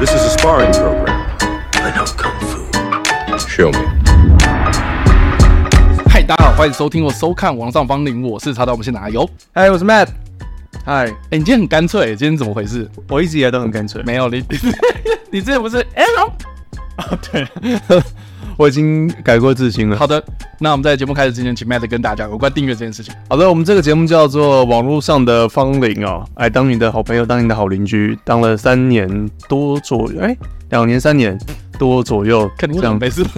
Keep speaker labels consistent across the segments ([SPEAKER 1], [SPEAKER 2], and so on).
[SPEAKER 1] sparring program. I know kung fu. Show me.
[SPEAKER 2] 嗨，大家好，欢迎收听或收看《网上芳龄》，我是查到我们现哪有？
[SPEAKER 3] 嗨，我是 Matt。嗨，
[SPEAKER 2] 哎、你今天很干脆、今天怎么回事？
[SPEAKER 3] 我一直以来都很干脆。
[SPEAKER 2] 没有你， 你之前不是哎、
[SPEAKER 3] 啊，对， 我已经改过自新了。
[SPEAKER 2] 好的，那我们在节目开始之前，请 Matt 跟大家有关订阅这件事情。
[SPEAKER 3] 好的，我们这个节目叫做《网络上的芳龄》哦，哎，当你的好朋友，当你的好邻居，当了三年多左右，哎，两年三年多左右，
[SPEAKER 2] 肯定
[SPEAKER 3] 这样
[SPEAKER 2] 没。事。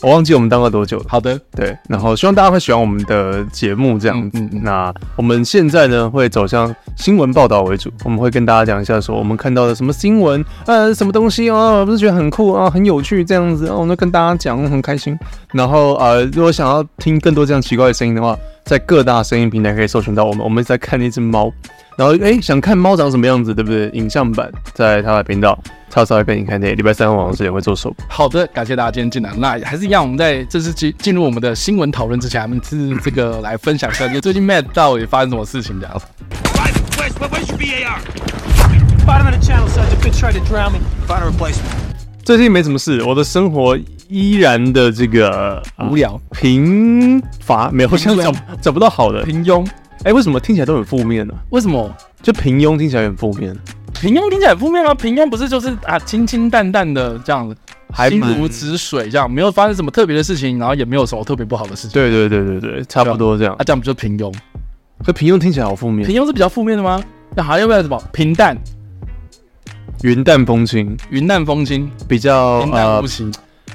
[SPEAKER 3] 我忘记我们当了多久了。
[SPEAKER 2] 好的，
[SPEAKER 3] 对，然后希望大家会喜欢我们的节目这样子。
[SPEAKER 2] 嗯嗯嗯
[SPEAKER 3] 那我们现在呢会走向新闻报道为主，我们会跟大家讲一下说我们看到的什么新闻，呃，什么东西哦，不是觉得很酷啊、很有趣这样子，哦、我们就跟大家讲，很开心。然后呃，如果想要听更多这样奇怪的声音的话，在各大声音平台可以搜寻到我们。我们在看一只猫，然后诶，想看猫长什么样子，对不对？影像版在他的频道。超超爱被你看电影，礼拜三晚上十点会做首播。
[SPEAKER 2] 好的，感谢大家今天进来。那还是一样，我们在正式进进入我们的新闻讨论之前，我们是这个来分享一下，就最近 Matt 到底发生什么事情这样。
[SPEAKER 4] Private, West, where- where's your BAR?
[SPEAKER 5] Bottom of the channel, Sergeant. Good try to drown me.
[SPEAKER 4] Find a replacement.
[SPEAKER 3] 最近没什么事，我的生活依然的这个、
[SPEAKER 2] 无聊
[SPEAKER 3] 啊贫乏，没有，我想
[SPEAKER 2] 平
[SPEAKER 3] 找
[SPEAKER 2] 庸
[SPEAKER 3] 找不到好的。
[SPEAKER 2] 平庸，
[SPEAKER 3] 哎、为什么听起来都很负面呢、
[SPEAKER 2] 为什么？
[SPEAKER 3] 就平庸听起来很负面，
[SPEAKER 2] 平庸听起来很负面吗？平庸不是就是啊清清淡淡的这样子，
[SPEAKER 3] 还
[SPEAKER 2] 心
[SPEAKER 3] 蛮
[SPEAKER 2] 如止水这样，没有发生什么特别的事情，然后也没有什么特别不好的事情，
[SPEAKER 3] 对对对对对，差不多这样
[SPEAKER 2] 啊，。这样不就平庸？
[SPEAKER 3] 可平庸听起来好负面，
[SPEAKER 2] 平庸是比较负面的吗？那还要不要什么平淡、
[SPEAKER 3] 云淡风轻，
[SPEAKER 2] 云淡风轻、
[SPEAKER 3] 比较
[SPEAKER 2] 平淡
[SPEAKER 3] 呃
[SPEAKER 2] 无，奇？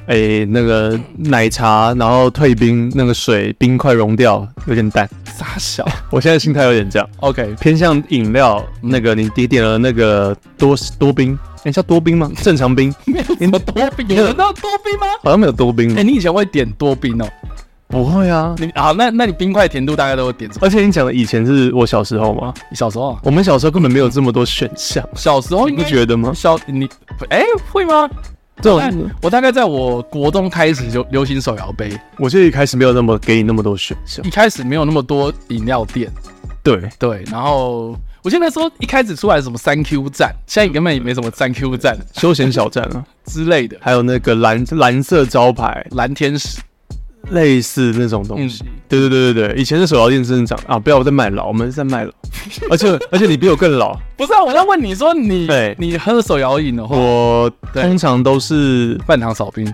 [SPEAKER 3] 哎、那个奶茶，然后退冰，那个水冰块融掉，有点淡。
[SPEAKER 2] 傻小
[SPEAKER 3] 我现在心态有点这样，
[SPEAKER 2] ，OK，
[SPEAKER 3] 偏向饮料，那个你你点了那个多多冰，哎、叫多冰吗？正常冰
[SPEAKER 2] 没有什么多冰，有人到多冰吗？
[SPEAKER 3] 好像没有多冰
[SPEAKER 2] 哎、，你以前会点多冰哦？
[SPEAKER 3] 不会啊。
[SPEAKER 2] 你好，那那你冰块甜度大概都会点什么？
[SPEAKER 3] 而且你讲的以前是我小时候嘛，
[SPEAKER 2] 小时候啊，
[SPEAKER 3] 我们小时候根本没有这么多选项，
[SPEAKER 2] 小时候
[SPEAKER 3] 你
[SPEAKER 2] 应
[SPEAKER 3] 不
[SPEAKER 2] 该
[SPEAKER 3] 觉得吗？
[SPEAKER 2] 小你哎、会吗？
[SPEAKER 3] 这
[SPEAKER 2] 哎
[SPEAKER 3] 种
[SPEAKER 2] 我大概在我国中开始就流行手摇杯，
[SPEAKER 3] 我就一开始没有那么给你那么多选项
[SPEAKER 2] 一，开始没有那么多饮料店，
[SPEAKER 3] 对，
[SPEAKER 2] 对，然后我记得那时候一开始出来什么三 Q 站，现在根本也没什么三 Q 站
[SPEAKER 3] 休闲小站啊，
[SPEAKER 2] 之类的，
[SPEAKER 3] 还有那个蓝蓝色招牌，
[SPEAKER 2] 蓝天使，
[SPEAKER 3] 类似那种东
[SPEAKER 2] 嗯
[SPEAKER 3] 西。，对对对对对，以前的手摇店真的长啊，不要我在卖老，我们是在卖老，而且而且你比我更老，
[SPEAKER 2] 不是啊，我在问你说你
[SPEAKER 3] 对
[SPEAKER 2] 你喝手摇饮的话，
[SPEAKER 3] 我
[SPEAKER 2] 对
[SPEAKER 3] 通常都是
[SPEAKER 2] 半糖少冰，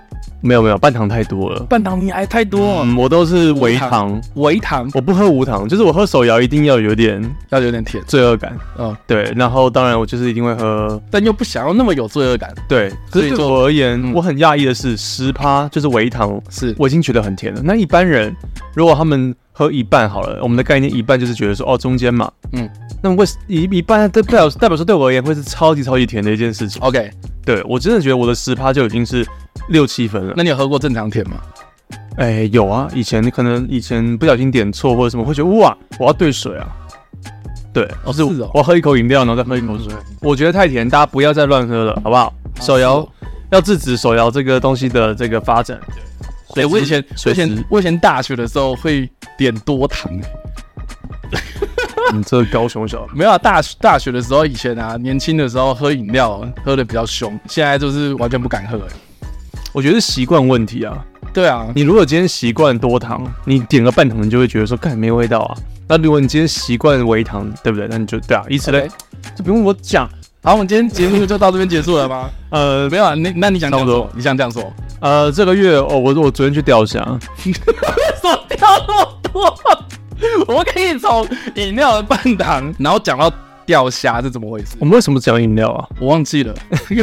[SPEAKER 3] 没有没有半糖太多了，
[SPEAKER 2] 半糖你爱太多、哦，
[SPEAKER 3] 嗯，我都是微
[SPEAKER 2] 无糖
[SPEAKER 3] 糖，
[SPEAKER 2] 微糖
[SPEAKER 3] 我不喝无糖，就是我喝手摇一定要有点
[SPEAKER 2] 要有点甜，
[SPEAKER 3] 罪恶感，
[SPEAKER 2] 嗯，
[SPEAKER 3] 对，然后当然我就是一定会喝
[SPEAKER 2] 但又不想要那么有罪恶感，
[SPEAKER 3] 对，
[SPEAKER 2] 所
[SPEAKER 3] 所
[SPEAKER 2] 以
[SPEAKER 3] 以
[SPEAKER 2] 就
[SPEAKER 3] 对我而言，
[SPEAKER 2] 嗯
[SPEAKER 3] 我很讶异的是，十趴就是微糖，
[SPEAKER 2] 是
[SPEAKER 3] 我已经觉得很甜了。那一般人如果他们喝一半好了，我们的概念一半就是觉得说，哦，中间嘛，
[SPEAKER 2] 嗯
[SPEAKER 3] 嗯，那为一一半代表代表说对我而言会是超级超级甜的一件事情。
[SPEAKER 2] OK，
[SPEAKER 3] 对我真的觉得我的十趴就已经是六七分了。
[SPEAKER 2] 那你有喝过正常甜吗？
[SPEAKER 3] 哎、有啊，以前可能以前不小心点错或者什么，会觉得哇，我要兑水啊。对，
[SPEAKER 2] 哦
[SPEAKER 3] 就是
[SPEAKER 2] 哦
[SPEAKER 3] 我要喝一口饮料，然后再喝一口水。我觉得太甜，大家不要再乱喝了，好不好？手
[SPEAKER 2] 是
[SPEAKER 3] 摇
[SPEAKER 2] 哦
[SPEAKER 3] 要制止手摇这个东西的这个发展。
[SPEAKER 2] 对，我以前我以
[SPEAKER 3] 水
[SPEAKER 2] 前
[SPEAKER 3] 前，
[SPEAKER 2] 我以前大学的时候会点多糖、欸
[SPEAKER 3] 你这高雄小
[SPEAKER 2] 没有、啊，大学大学的时候，以前啊，年轻的时候喝饮料啊喝的比较凶，现在就是完全不敢喝、欸。
[SPEAKER 3] 我觉得是习惯问题啊。
[SPEAKER 2] 对啊，
[SPEAKER 3] 你如果今天习惯多糖，你点个半糖，你就会觉得说，干没味道啊。那如果你今天习惯微糖，对不对？那你就对啊，以此类
[SPEAKER 2] OK
[SPEAKER 3] 就不用我讲。
[SPEAKER 2] 好，我们今天节目就到这边结束了 吗？
[SPEAKER 3] 呃
[SPEAKER 2] 没有啊，那那你想讲
[SPEAKER 3] 差
[SPEAKER 2] 什
[SPEAKER 3] 不多
[SPEAKER 2] 么？你想讲什么？
[SPEAKER 3] 呃，这个月哦，我我昨天去钓虾，
[SPEAKER 2] 手掉那么多， 我们可以从饮料的半糖，然后讲到钓虾是怎么回事
[SPEAKER 3] 我？们为什么讲饮料啊？
[SPEAKER 2] 我忘记了。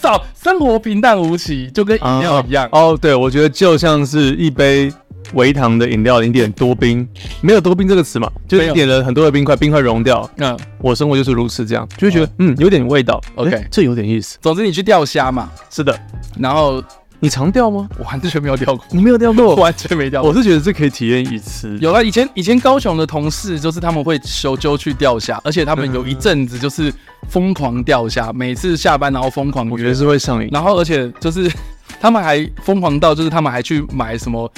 [SPEAKER 2] 少生活平淡无奇，就跟饮料一样。
[SPEAKER 3] 哦，哦对，我觉得就像是一杯微糖的饮料，你点多冰，没有多冰这个词嘛，就
[SPEAKER 2] 没
[SPEAKER 3] 是
[SPEAKER 2] 有
[SPEAKER 3] 你点了很多的冰块，冰块融掉。
[SPEAKER 2] 嗯，
[SPEAKER 3] 我生活就是如此，这样就会觉得、嗯有点味道。
[SPEAKER 2] OK
[SPEAKER 3] 诶这有点意思。
[SPEAKER 2] 总之你去钓虾嘛，
[SPEAKER 3] 是的，
[SPEAKER 2] 然后
[SPEAKER 3] 你常钓吗？
[SPEAKER 2] 我完全没有钓过，
[SPEAKER 3] 你没有钓
[SPEAKER 2] 我
[SPEAKER 3] 过，
[SPEAKER 2] 完全没钓过
[SPEAKER 3] 我。是觉得这可以体验一次。
[SPEAKER 2] 有了，以前以前高雄的同事就是他们会修揪去钓虾，而且他们有一阵子就是疯狂钓虾，每次下班然后疯狂
[SPEAKER 3] 我觉
[SPEAKER 2] 约
[SPEAKER 3] 得，是会上瘾。
[SPEAKER 2] 然后而且就是他们还疯狂到就是他们还去买什么。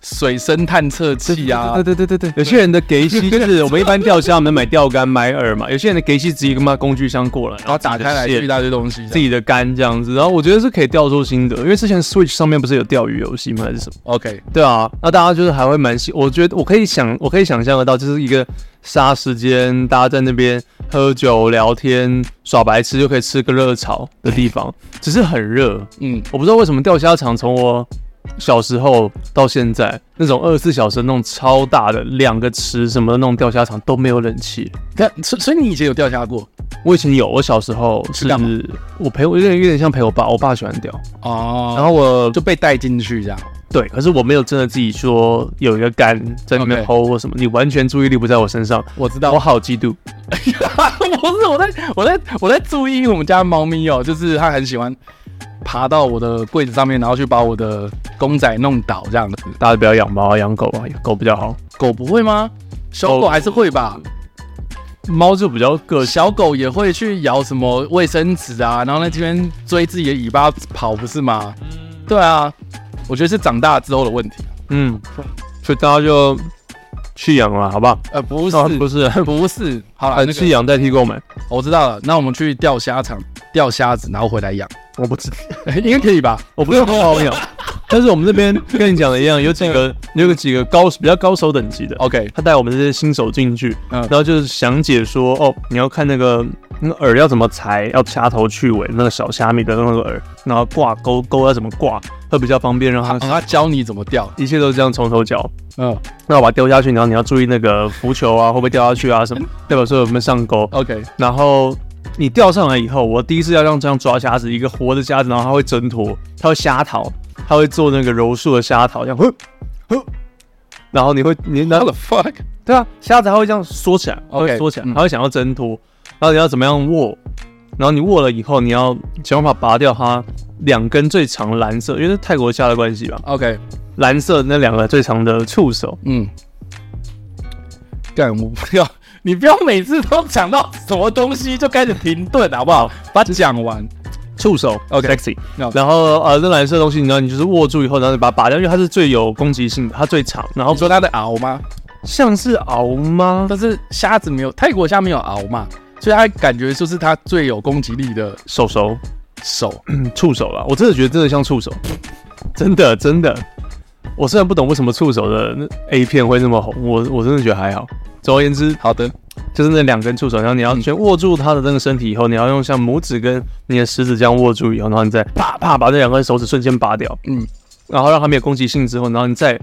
[SPEAKER 2] 水深探测器啊，
[SPEAKER 3] 对对对对对，有些人的给 息是我们一般钓虾，我们买钓竿、买饵嘛。有些人的给息直接跟妈工具箱过来，然
[SPEAKER 2] 然后打开来
[SPEAKER 3] 自己
[SPEAKER 2] 一
[SPEAKER 3] 的线
[SPEAKER 2] 大堆东西这样。
[SPEAKER 3] 自己的竿这样子。然后我觉得是可以钓出心得，因为之前 Switch 上面不是有钓鱼游戏吗？还是什么？
[SPEAKER 2] OK，
[SPEAKER 3] 对啊，那大家就是还会蛮喜，我觉得我可以想，我可以想象得到，就是一个杀时间，大家在那边喝酒聊天耍白痴，就可以吃个热炒的 地方，只是很热。
[SPEAKER 2] 嗯，
[SPEAKER 3] 我不知道为什么钓虾场从我小时候到现在，那种二十四小时那种超大的两个池什么的那种钓虾场都没有冷气。
[SPEAKER 2] 那所所以你以前有钓虾过
[SPEAKER 3] 我以前有，我小时候
[SPEAKER 2] 是
[SPEAKER 3] 是
[SPEAKER 2] 干嘛
[SPEAKER 3] 我陪我有点有点像陪我爸，我爸喜欢钓，
[SPEAKER 2] 哦，然
[SPEAKER 3] 然后
[SPEAKER 2] 后
[SPEAKER 3] 我
[SPEAKER 2] 就被带进去这样。
[SPEAKER 3] 对，可是我没有真的自己说有一个杆在那边
[SPEAKER 2] OK
[SPEAKER 3] 抛或什么，你完全注意力不在我身上，
[SPEAKER 2] 我 知道，
[SPEAKER 3] 我好嫉妒。
[SPEAKER 2] 不是我在我在我在注意我们家猫咪哦，就是它很喜欢爬到我的柜子上面，然后去把我的公仔弄倒这样子。
[SPEAKER 3] 大家不要养猫啊，养狗啊，狗比较好，
[SPEAKER 2] 狗不会吗？小狗
[SPEAKER 3] 狗
[SPEAKER 2] 还是会吧，
[SPEAKER 3] 猫就比较个性。
[SPEAKER 2] 小狗也会去咬什么卫生纸啊，然后那这边追自己的尾巴跑，不是吗？对啊，我觉得是长大之后的问题。啊
[SPEAKER 3] 嗯，所以大家就去养了，好不好？
[SPEAKER 2] 呃， 不是，
[SPEAKER 3] 啊不是，
[SPEAKER 2] 不是，好了，
[SPEAKER 3] 呃，
[SPEAKER 2] 那
[SPEAKER 3] 去
[SPEAKER 2] 个
[SPEAKER 3] 养代替购买，
[SPEAKER 2] 我知道了。那我们去钓虾场钓虾子，然后回来养，
[SPEAKER 3] 我不知，
[SPEAKER 2] 应该可以吧？
[SPEAKER 3] 我不是很好养。 但是我们这边跟你讲的一样，有几个啊 哦有个几个高比较高手等级的
[SPEAKER 2] OK，
[SPEAKER 3] 他带我们这些新手进去，
[SPEAKER 2] 嗯
[SPEAKER 3] 然后就是详解说，哦，你要看那个那个饵要怎么裁，要掐头去尾，那个小虾米的那个饵，然后挂钩钩要怎么挂，会比较方便，让
[SPEAKER 2] 好，
[SPEAKER 3] 它
[SPEAKER 2] 他教你怎么钓。
[SPEAKER 3] 一切都这样从头教。
[SPEAKER 2] 啊嗯
[SPEAKER 3] 那我把它丢下去，然后你要注意那个浮球啊，会不会掉下去啊，什么 代表说有没有上钩。
[SPEAKER 2] ，OK，
[SPEAKER 3] 然后你钓上来以后，我第一次要让这样抓虾子，一个活的虾子，然后它会挣脱，它会虾逃，它会做那个柔术的虾逃，这样哼
[SPEAKER 2] 嗯
[SPEAKER 3] 哼， 然后你会你拿
[SPEAKER 2] What the fuck？
[SPEAKER 3] 对啊，虾子它会这样缩起来，它
[SPEAKER 2] OK，
[SPEAKER 3] 会缩起来
[SPEAKER 2] 嗯，
[SPEAKER 3] 它会想要挣脱，然后你要怎么样握？然后你握了以后，你要想办法拔掉它两根最长的蓝色，因为是泰国虾的关系吧，
[SPEAKER 2] OK，
[SPEAKER 3] 蓝色那两个最长的触手。
[SPEAKER 2] 嗯，干我不要， 你不要每次都讲到什么东西就开始停顿，好不好？把它讲完。
[SPEAKER 3] 触手
[SPEAKER 2] OK
[SPEAKER 3] ，sexy。
[SPEAKER 2] 那
[SPEAKER 3] 然后呃，那蓝色的东西，然后你就是握住以后，然后你把它拔掉，因为它是最有攻击性的，它最长。然后
[SPEAKER 2] 我说它在熬吗？
[SPEAKER 3] 像是螯吗？
[SPEAKER 2] 但是虾子没有，泰国虾没有熬嘛，所以它感觉就是它最有攻击力的
[SPEAKER 3] 手手，
[SPEAKER 2] 手。
[SPEAKER 3] 嗯，触手啦，我真的觉得真的像触手，真的真的。我虽然不懂为什么触手的那 A 片会那么红，我我真的觉得还好。总而言之，
[SPEAKER 2] 好的，
[SPEAKER 3] 就是那两根触手，然后你要先握住它的那个身体以后，你要用像拇指跟你的食指这样握住以后，然后你再啪啪把这两根手指瞬间拔掉，
[SPEAKER 2] 嗯，
[SPEAKER 3] 然后让它没有攻击性之后，然后你再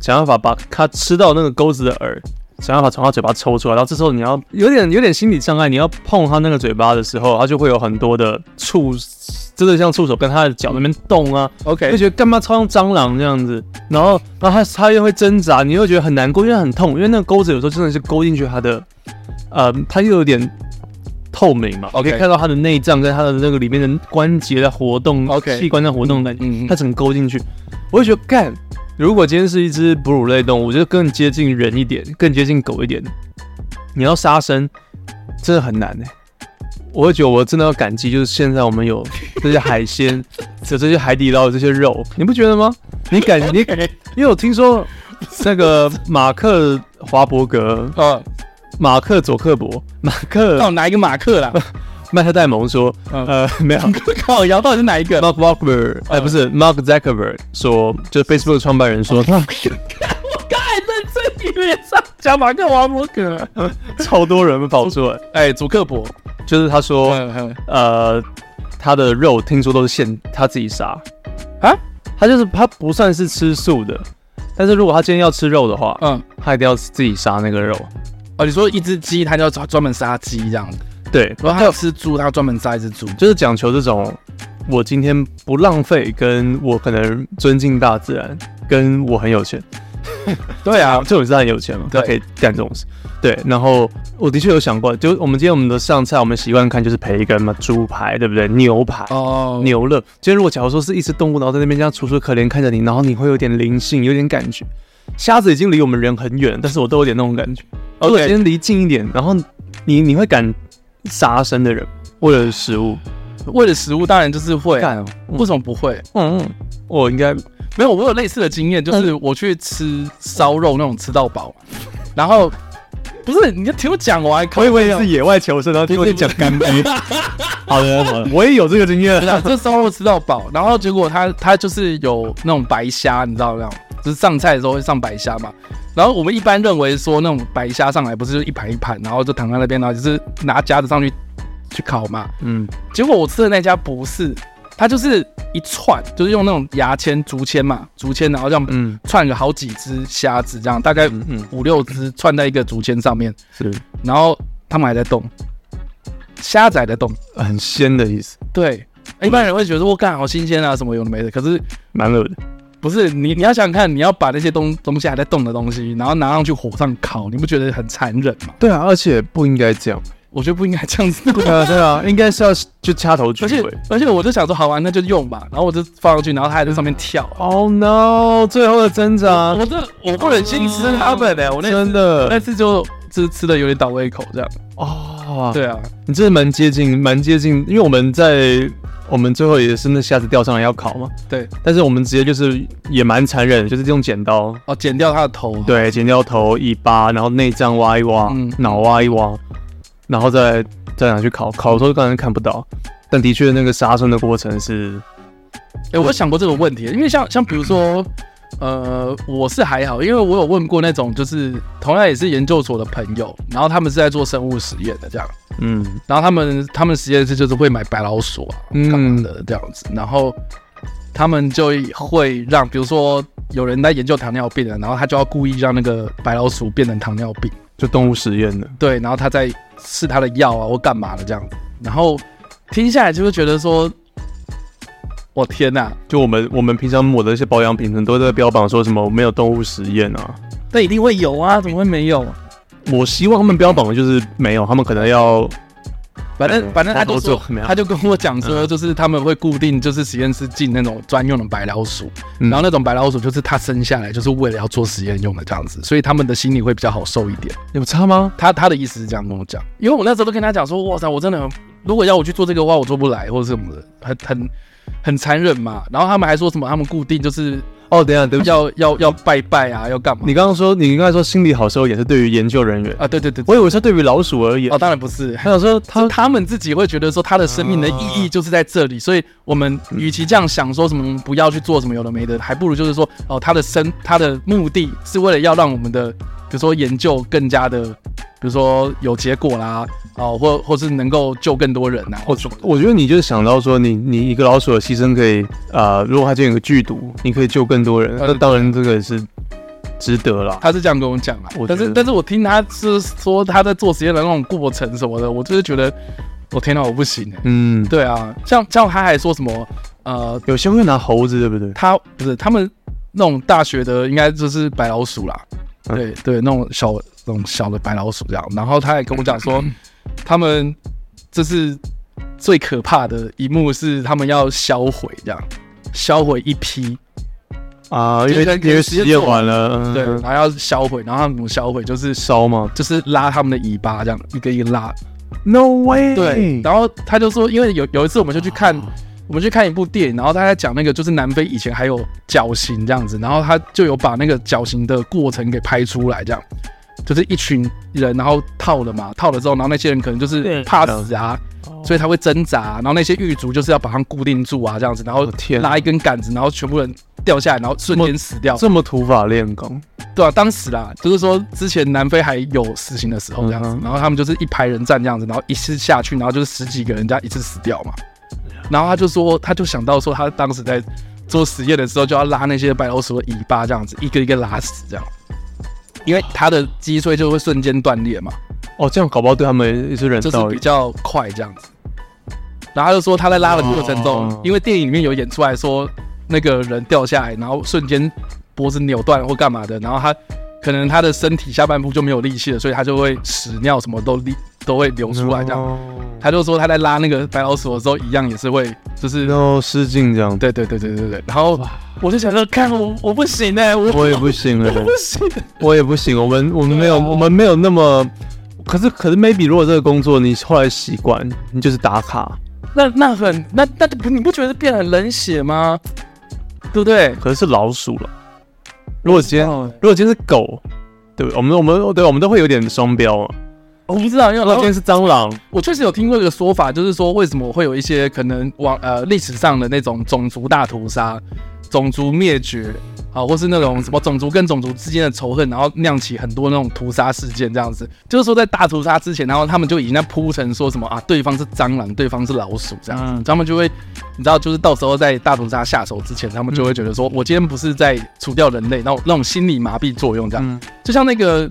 [SPEAKER 3] 想办法把它吃到那个钩子的饵，想办法从它嘴巴抽出来，然后这时候你要有点有点心理障碍，你要碰它那个嘴巴的时候，它就会有很多的触，真的像触手跟它的脚那边动啊，就
[SPEAKER 2] OK，
[SPEAKER 3] 觉得干嘛超像蟑螂这样子，然后然后它它又会挣扎，你又觉得很难过，因为很痛，因为那个钩子有时候真的是勾进去它的，呃，它又有点透明嘛
[SPEAKER 2] OK
[SPEAKER 3] 可以看到它的内脏跟它的那个里面的关节在活动
[SPEAKER 2] OK
[SPEAKER 3] 器官在活动的感觉，
[SPEAKER 2] 嗯嗯
[SPEAKER 3] 它整个勾进去，我就觉得干，如果今天是一只哺乳类动物，我觉得更接近人一点，更接近狗一点，你要杀生真的很难哎、我会觉得我真的要感激，就是现在我们有这些海鲜，有这些海底捞的这些肉，你不觉得吗？你感你因为我听说那个马克华伯格、
[SPEAKER 2] 呃，
[SPEAKER 3] 马克佐克伯、马克
[SPEAKER 2] 到哪一个马克啦？
[SPEAKER 3] 麦特戴蒙说，
[SPEAKER 2] 嗯
[SPEAKER 3] 呃，没有
[SPEAKER 2] 靠，摇到底是哪一 个？
[SPEAKER 3] ，Mark Zuckerberg，哎，不是 Mark Zuckerberg 说，就是 Facebook 的创办人说，
[SPEAKER 2] 哦
[SPEAKER 3] 他
[SPEAKER 2] 我刚才认真以为上讲马克华伯格。
[SPEAKER 3] 超多人跑出来，
[SPEAKER 2] 哎，祖克伯，
[SPEAKER 3] 就是他说，
[SPEAKER 2] 嗯嗯，
[SPEAKER 3] 呃，他的肉听说都是现他自己杀，
[SPEAKER 2] 啊，
[SPEAKER 3] 他就是他不算是吃素的，但是如果他今天要吃肉的话，
[SPEAKER 2] 嗯，
[SPEAKER 3] 他一定要自己杀那个肉。
[SPEAKER 2] 哦，你说一只鸡，它就要专专门杀鸡这样子，
[SPEAKER 3] 对，
[SPEAKER 2] 然后它要吃猪，它要专门杀一只猪。
[SPEAKER 3] 就是讲求这种，我今天不浪费，跟我可能尊敬大自然，跟我很有 钱。
[SPEAKER 2] 对啊，
[SPEAKER 3] 这种是很有钱嘛，他
[SPEAKER 2] 对
[SPEAKER 3] 可以干这种事。对，然后我的确有想过，就我们今天我们的上菜，我们习惯看就是培根嘛，猪排，对不对？牛排。
[SPEAKER 2] 哦，
[SPEAKER 3] 牛肋，今天如果假如说是一只动物，然后在那边这样楚楚可怜看着你，然后你会有点灵性，有点感觉。虾子已经离我们人很远，但是我都有点那种感觉。如果今天离近一点，然后你你会敢杀生的人，为了食物，
[SPEAKER 2] 为了食物，当然就是会，
[SPEAKER 3] 干、
[SPEAKER 2] 为什么不会？
[SPEAKER 3] 嗯嗯，我应该
[SPEAKER 2] 没有，我有类似的经验，就是
[SPEAKER 3] 嗯
[SPEAKER 2] 我去吃烧肉那种吃到饱，然后不是你要听我讲，我还可
[SPEAKER 3] 我以为是野外求生，然后听我讲干 杯。好的，好的，我也有这个经验
[SPEAKER 2] 不是、。啊，这烧肉吃到饱，然后结果他他就是有那种白虾，你知道那种，就是上菜的时候会上白虾嘛。然后我们一般认为说那种白虾上来不是就一盘一盘，然后就躺在那边，然后就是拿夹子上去去烤嘛。
[SPEAKER 3] 嗯，
[SPEAKER 2] 结果我吃的那家不是，它就是一串，就是用那种牙签、竹签嘛，竹签，然后这样
[SPEAKER 3] 嗯
[SPEAKER 2] 串个好几只虾子，这样大概
[SPEAKER 3] 嗯嗯
[SPEAKER 2] 五六只串在一个竹签上面，
[SPEAKER 3] 是
[SPEAKER 2] 然后他们还在动，虾仔在动。
[SPEAKER 3] 很鲜的意思，
[SPEAKER 2] 对，一般人会觉得我干好新鲜啊，什么有的没的。可是
[SPEAKER 3] 蛮恶的。
[SPEAKER 2] 不是你，你要想想看，你要把那些东东西还在动的东西，然后拿上去火上烤，你不觉得很残忍吗？
[SPEAKER 3] 对啊，而且不应该这样。
[SPEAKER 2] 我觉得不应该这 样子。
[SPEAKER 3] 对啊，对啊，应该是要就掐头去
[SPEAKER 2] 而且
[SPEAKER 3] 尾。
[SPEAKER 2] 而且我就想说，好玩啊那就用吧，然后我就放上去，然后它还在上面跳。啊
[SPEAKER 3] Oh no！最后的挣扎，
[SPEAKER 2] 我这我不忍心吃它们的、欸我那
[SPEAKER 3] 真
[SPEAKER 2] 次那
[SPEAKER 3] 的
[SPEAKER 2] 次就就是吃的有点倒胃口这样。
[SPEAKER 3] 哦，
[SPEAKER 2] 对啊，
[SPEAKER 3] 你这蛮接近，蛮接近，因为我们在我们最后也是那虾子钓上来要烤嘛，
[SPEAKER 2] 对，
[SPEAKER 3] 但是我们直接就是也蛮残忍，就是用剪刀，
[SPEAKER 2] 哦，剪掉它的头。
[SPEAKER 3] 对，剪掉头、尾巴，然后内脏挖一挖
[SPEAKER 2] 嗯，
[SPEAKER 3] 脑、挖一挖，然后再再拿去烤，烤的时候当然看不到，但的确那个杀生的过程是，
[SPEAKER 2] 哎、我有想过这个问题，因为像像比如说，呃，我是还好，因为我有问过那种就是同样也是研究所的朋友，然后他们是在做生物实验的这样，
[SPEAKER 3] 嗯，
[SPEAKER 2] 然后他们他们实验室就是会买白老鼠啊，
[SPEAKER 3] 嗯
[SPEAKER 2] 干嘛的这样子，然后他们就会让，比如说有人在研究糖尿病的，然后他就要故意让那个白老鼠变成糖尿病。
[SPEAKER 3] 就动物实验的，
[SPEAKER 2] 对，然后他再试他的药啊或干嘛的这样子，然后听下来就会觉得说，我天啊哪、
[SPEAKER 3] 就我们我们平常抹的一些保养品，很多都在标榜说什么没有动物实验啊，
[SPEAKER 2] 那一定会有啊，怎么会没有？
[SPEAKER 3] 我希望他们标榜的就是没有，他们可能要
[SPEAKER 2] 反正反正他就
[SPEAKER 3] 偷偷
[SPEAKER 2] 说
[SPEAKER 3] 做没，有嗯
[SPEAKER 2] 他就跟我讲说，就是他们会固定就是实验室进那种专用的白老鼠，
[SPEAKER 3] 嗯
[SPEAKER 2] 然后那种白老鼠就是它生下来就是为了要做实验用的这样子，所以他们的心里会比较好受一点。
[SPEAKER 3] 有差吗？
[SPEAKER 2] 他他的意思是这样跟我讲，因为我那时候都跟他讲说，哇塞，我真的很如果要我去做这个的话，我做不来或者什么的，很很很残忍嘛。然后他们还说什么，他们固定就是
[SPEAKER 3] 哦，等一下，对不 起，
[SPEAKER 2] 要要要拜拜啊，要干嘛？
[SPEAKER 3] 你刚刚说你刚才说心里好受一点是对于研究人员，
[SPEAKER 2] 啊，对对对，
[SPEAKER 3] 我以为是对于老鼠而言。
[SPEAKER 2] 哦，当然不是，
[SPEAKER 3] 他想说
[SPEAKER 2] 他
[SPEAKER 3] 他
[SPEAKER 2] 他们自己会觉得说他的生命的意义就是在这里，所以我们与其这样想说什么不要去做什么有的没的，还不如就是说哦，他的生他的目的是为了要让我们的比如说研究更加的，比如说有结果啦，哦，或或是能够救更多人啊呐、或
[SPEAKER 3] 我
[SPEAKER 2] 者什么的
[SPEAKER 3] 哦我觉得你就是想到说你，你一个老鼠的牺牲可以，呃，如果它真有个剧毒，你可以救更多人，
[SPEAKER 2] 对
[SPEAKER 3] 那当然这个也是值得啦。
[SPEAKER 2] 他是这样跟我讲啦
[SPEAKER 3] 我，觉
[SPEAKER 2] 但
[SPEAKER 3] 得
[SPEAKER 2] 是但是我听他是说他在做实验的那种过程什么的，我就是觉得我天哪，我不行哎、
[SPEAKER 3] 嗯，
[SPEAKER 2] 对啊，像像他还说什么呃，
[SPEAKER 3] 有些会拿猴子，对不对？
[SPEAKER 2] 他不是他们那种大学的，应该就是白老鼠啦，
[SPEAKER 3] 嗯
[SPEAKER 2] 对对，那种小那种小的白老鼠这样。然后他还跟我讲
[SPEAKER 3] 嗯
[SPEAKER 2] 说，他们这是最可怕的一幕是他们要销毁这样，销毁一批，
[SPEAKER 3] 啊、因
[SPEAKER 2] 就
[SPEAKER 3] 为
[SPEAKER 2] 是
[SPEAKER 3] 因为实验完了，
[SPEAKER 2] 对，
[SPEAKER 3] 嗯
[SPEAKER 2] 然后要销毁，然后他们怎么销毁就是
[SPEAKER 3] 烧嘛
[SPEAKER 2] 就是拉他们的尾巴这样一个一个拉，
[SPEAKER 3] ，No way，
[SPEAKER 2] 对，然后他就说，因为有有一次我们就去看，我们去看一部电影，然后他在讲那个就是南非以前还有绞刑这样子，然后他就有把那个绞刑的过程给拍出来，这样就是一群人然后套了嘛，套了之后，然后那些人可能就是
[SPEAKER 5] 对
[SPEAKER 2] 怕死啊，所以他会挣扎、然后那些狱卒就是要把他们固定住啊，这样子，然后
[SPEAKER 3] 我天
[SPEAKER 2] 拉一根杆子，然后全部人掉下来，然后瞬间死掉，
[SPEAKER 3] 这么土法炼钢，
[SPEAKER 2] 对啊，当时啦，就是说之前南非还有死刑的时候这样子，
[SPEAKER 3] 嗯哼
[SPEAKER 2] 然后他们就是一排人站这样子，然后一次下去，然后就是十几个人这样一次死掉嘛。然后他就说，他就想到说，他当时在做实验的时候，就要拉那些白老鼠的尾巴这样子，一个一个拉死这样，因为它的脊椎就会瞬间断裂嘛，
[SPEAKER 3] 哦，这样搞不好对他们也是人
[SPEAKER 2] 就是
[SPEAKER 3] 道
[SPEAKER 2] 比较快这样子。然后他就说他在拉的过程中
[SPEAKER 3] 哦，
[SPEAKER 2] 因为电影里面有演出来说那个人掉下来，然后瞬间脖子扭断或干嘛的，然后他可能他的身体下半部就没有力气了，所以他就会屎尿什么都流都会流出来这
[SPEAKER 3] 哦
[SPEAKER 2] 样。
[SPEAKER 3] 样，
[SPEAKER 2] 他就说他在拉那个白老鼠的时候，一样也是会就是
[SPEAKER 3] 然后失禁这样，
[SPEAKER 2] 对对对对对对，然后我就想说，看我我不行哎、我
[SPEAKER 3] 我也不行了，
[SPEAKER 2] 不行，
[SPEAKER 3] 我也不行，我们我们没有、
[SPEAKER 2] 对啊
[SPEAKER 3] 我们没有那么，可是可是 maybe 如果这个工作你后来习惯，你就是打卡，
[SPEAKER 2] 那那很那那不你不觉得变得很冷血吗？对不对？
[SPEAKER 3] 可是是老鼠了。如果今天
[SPEAKER 2] 哦
[SPEAKER 3] 如果今天是狗，对，我们我们对，我们都会有点双标
[SPEAKER 2] 哦
[SPEAKER 3] 啊。
[SPEAKER 2] 我不知道，因为
[SPEAKER 3] 如果
[SPEAKER 2] 老
[SPEAKER 3] 今天是蟑螂，
[SPEAKER 2] 我确实有听过一个说法，就是说为什么会有一些可能往呃历史上的那种种族大屠杀、种族灭绝啊，或是那种什么种族跟种族之间的仇恨，然后酿起很多那种屠杀事件这样子。就是说在大屠杀之前，然后他们就已经在铺陈说什么啊，对方是蟑螂，对方是老鼠这样子，
[SPEAKER 3] 嗯
[SPEAKER 2] 他们就会你知道，就是到时候在大屠杀下手之前，他们就会觉得说、我今天不是在除掉人类，那种那种心理麻痹作用这样。
[SPEAKER 3] 嗯
[SPEAKER 2] 就像那个，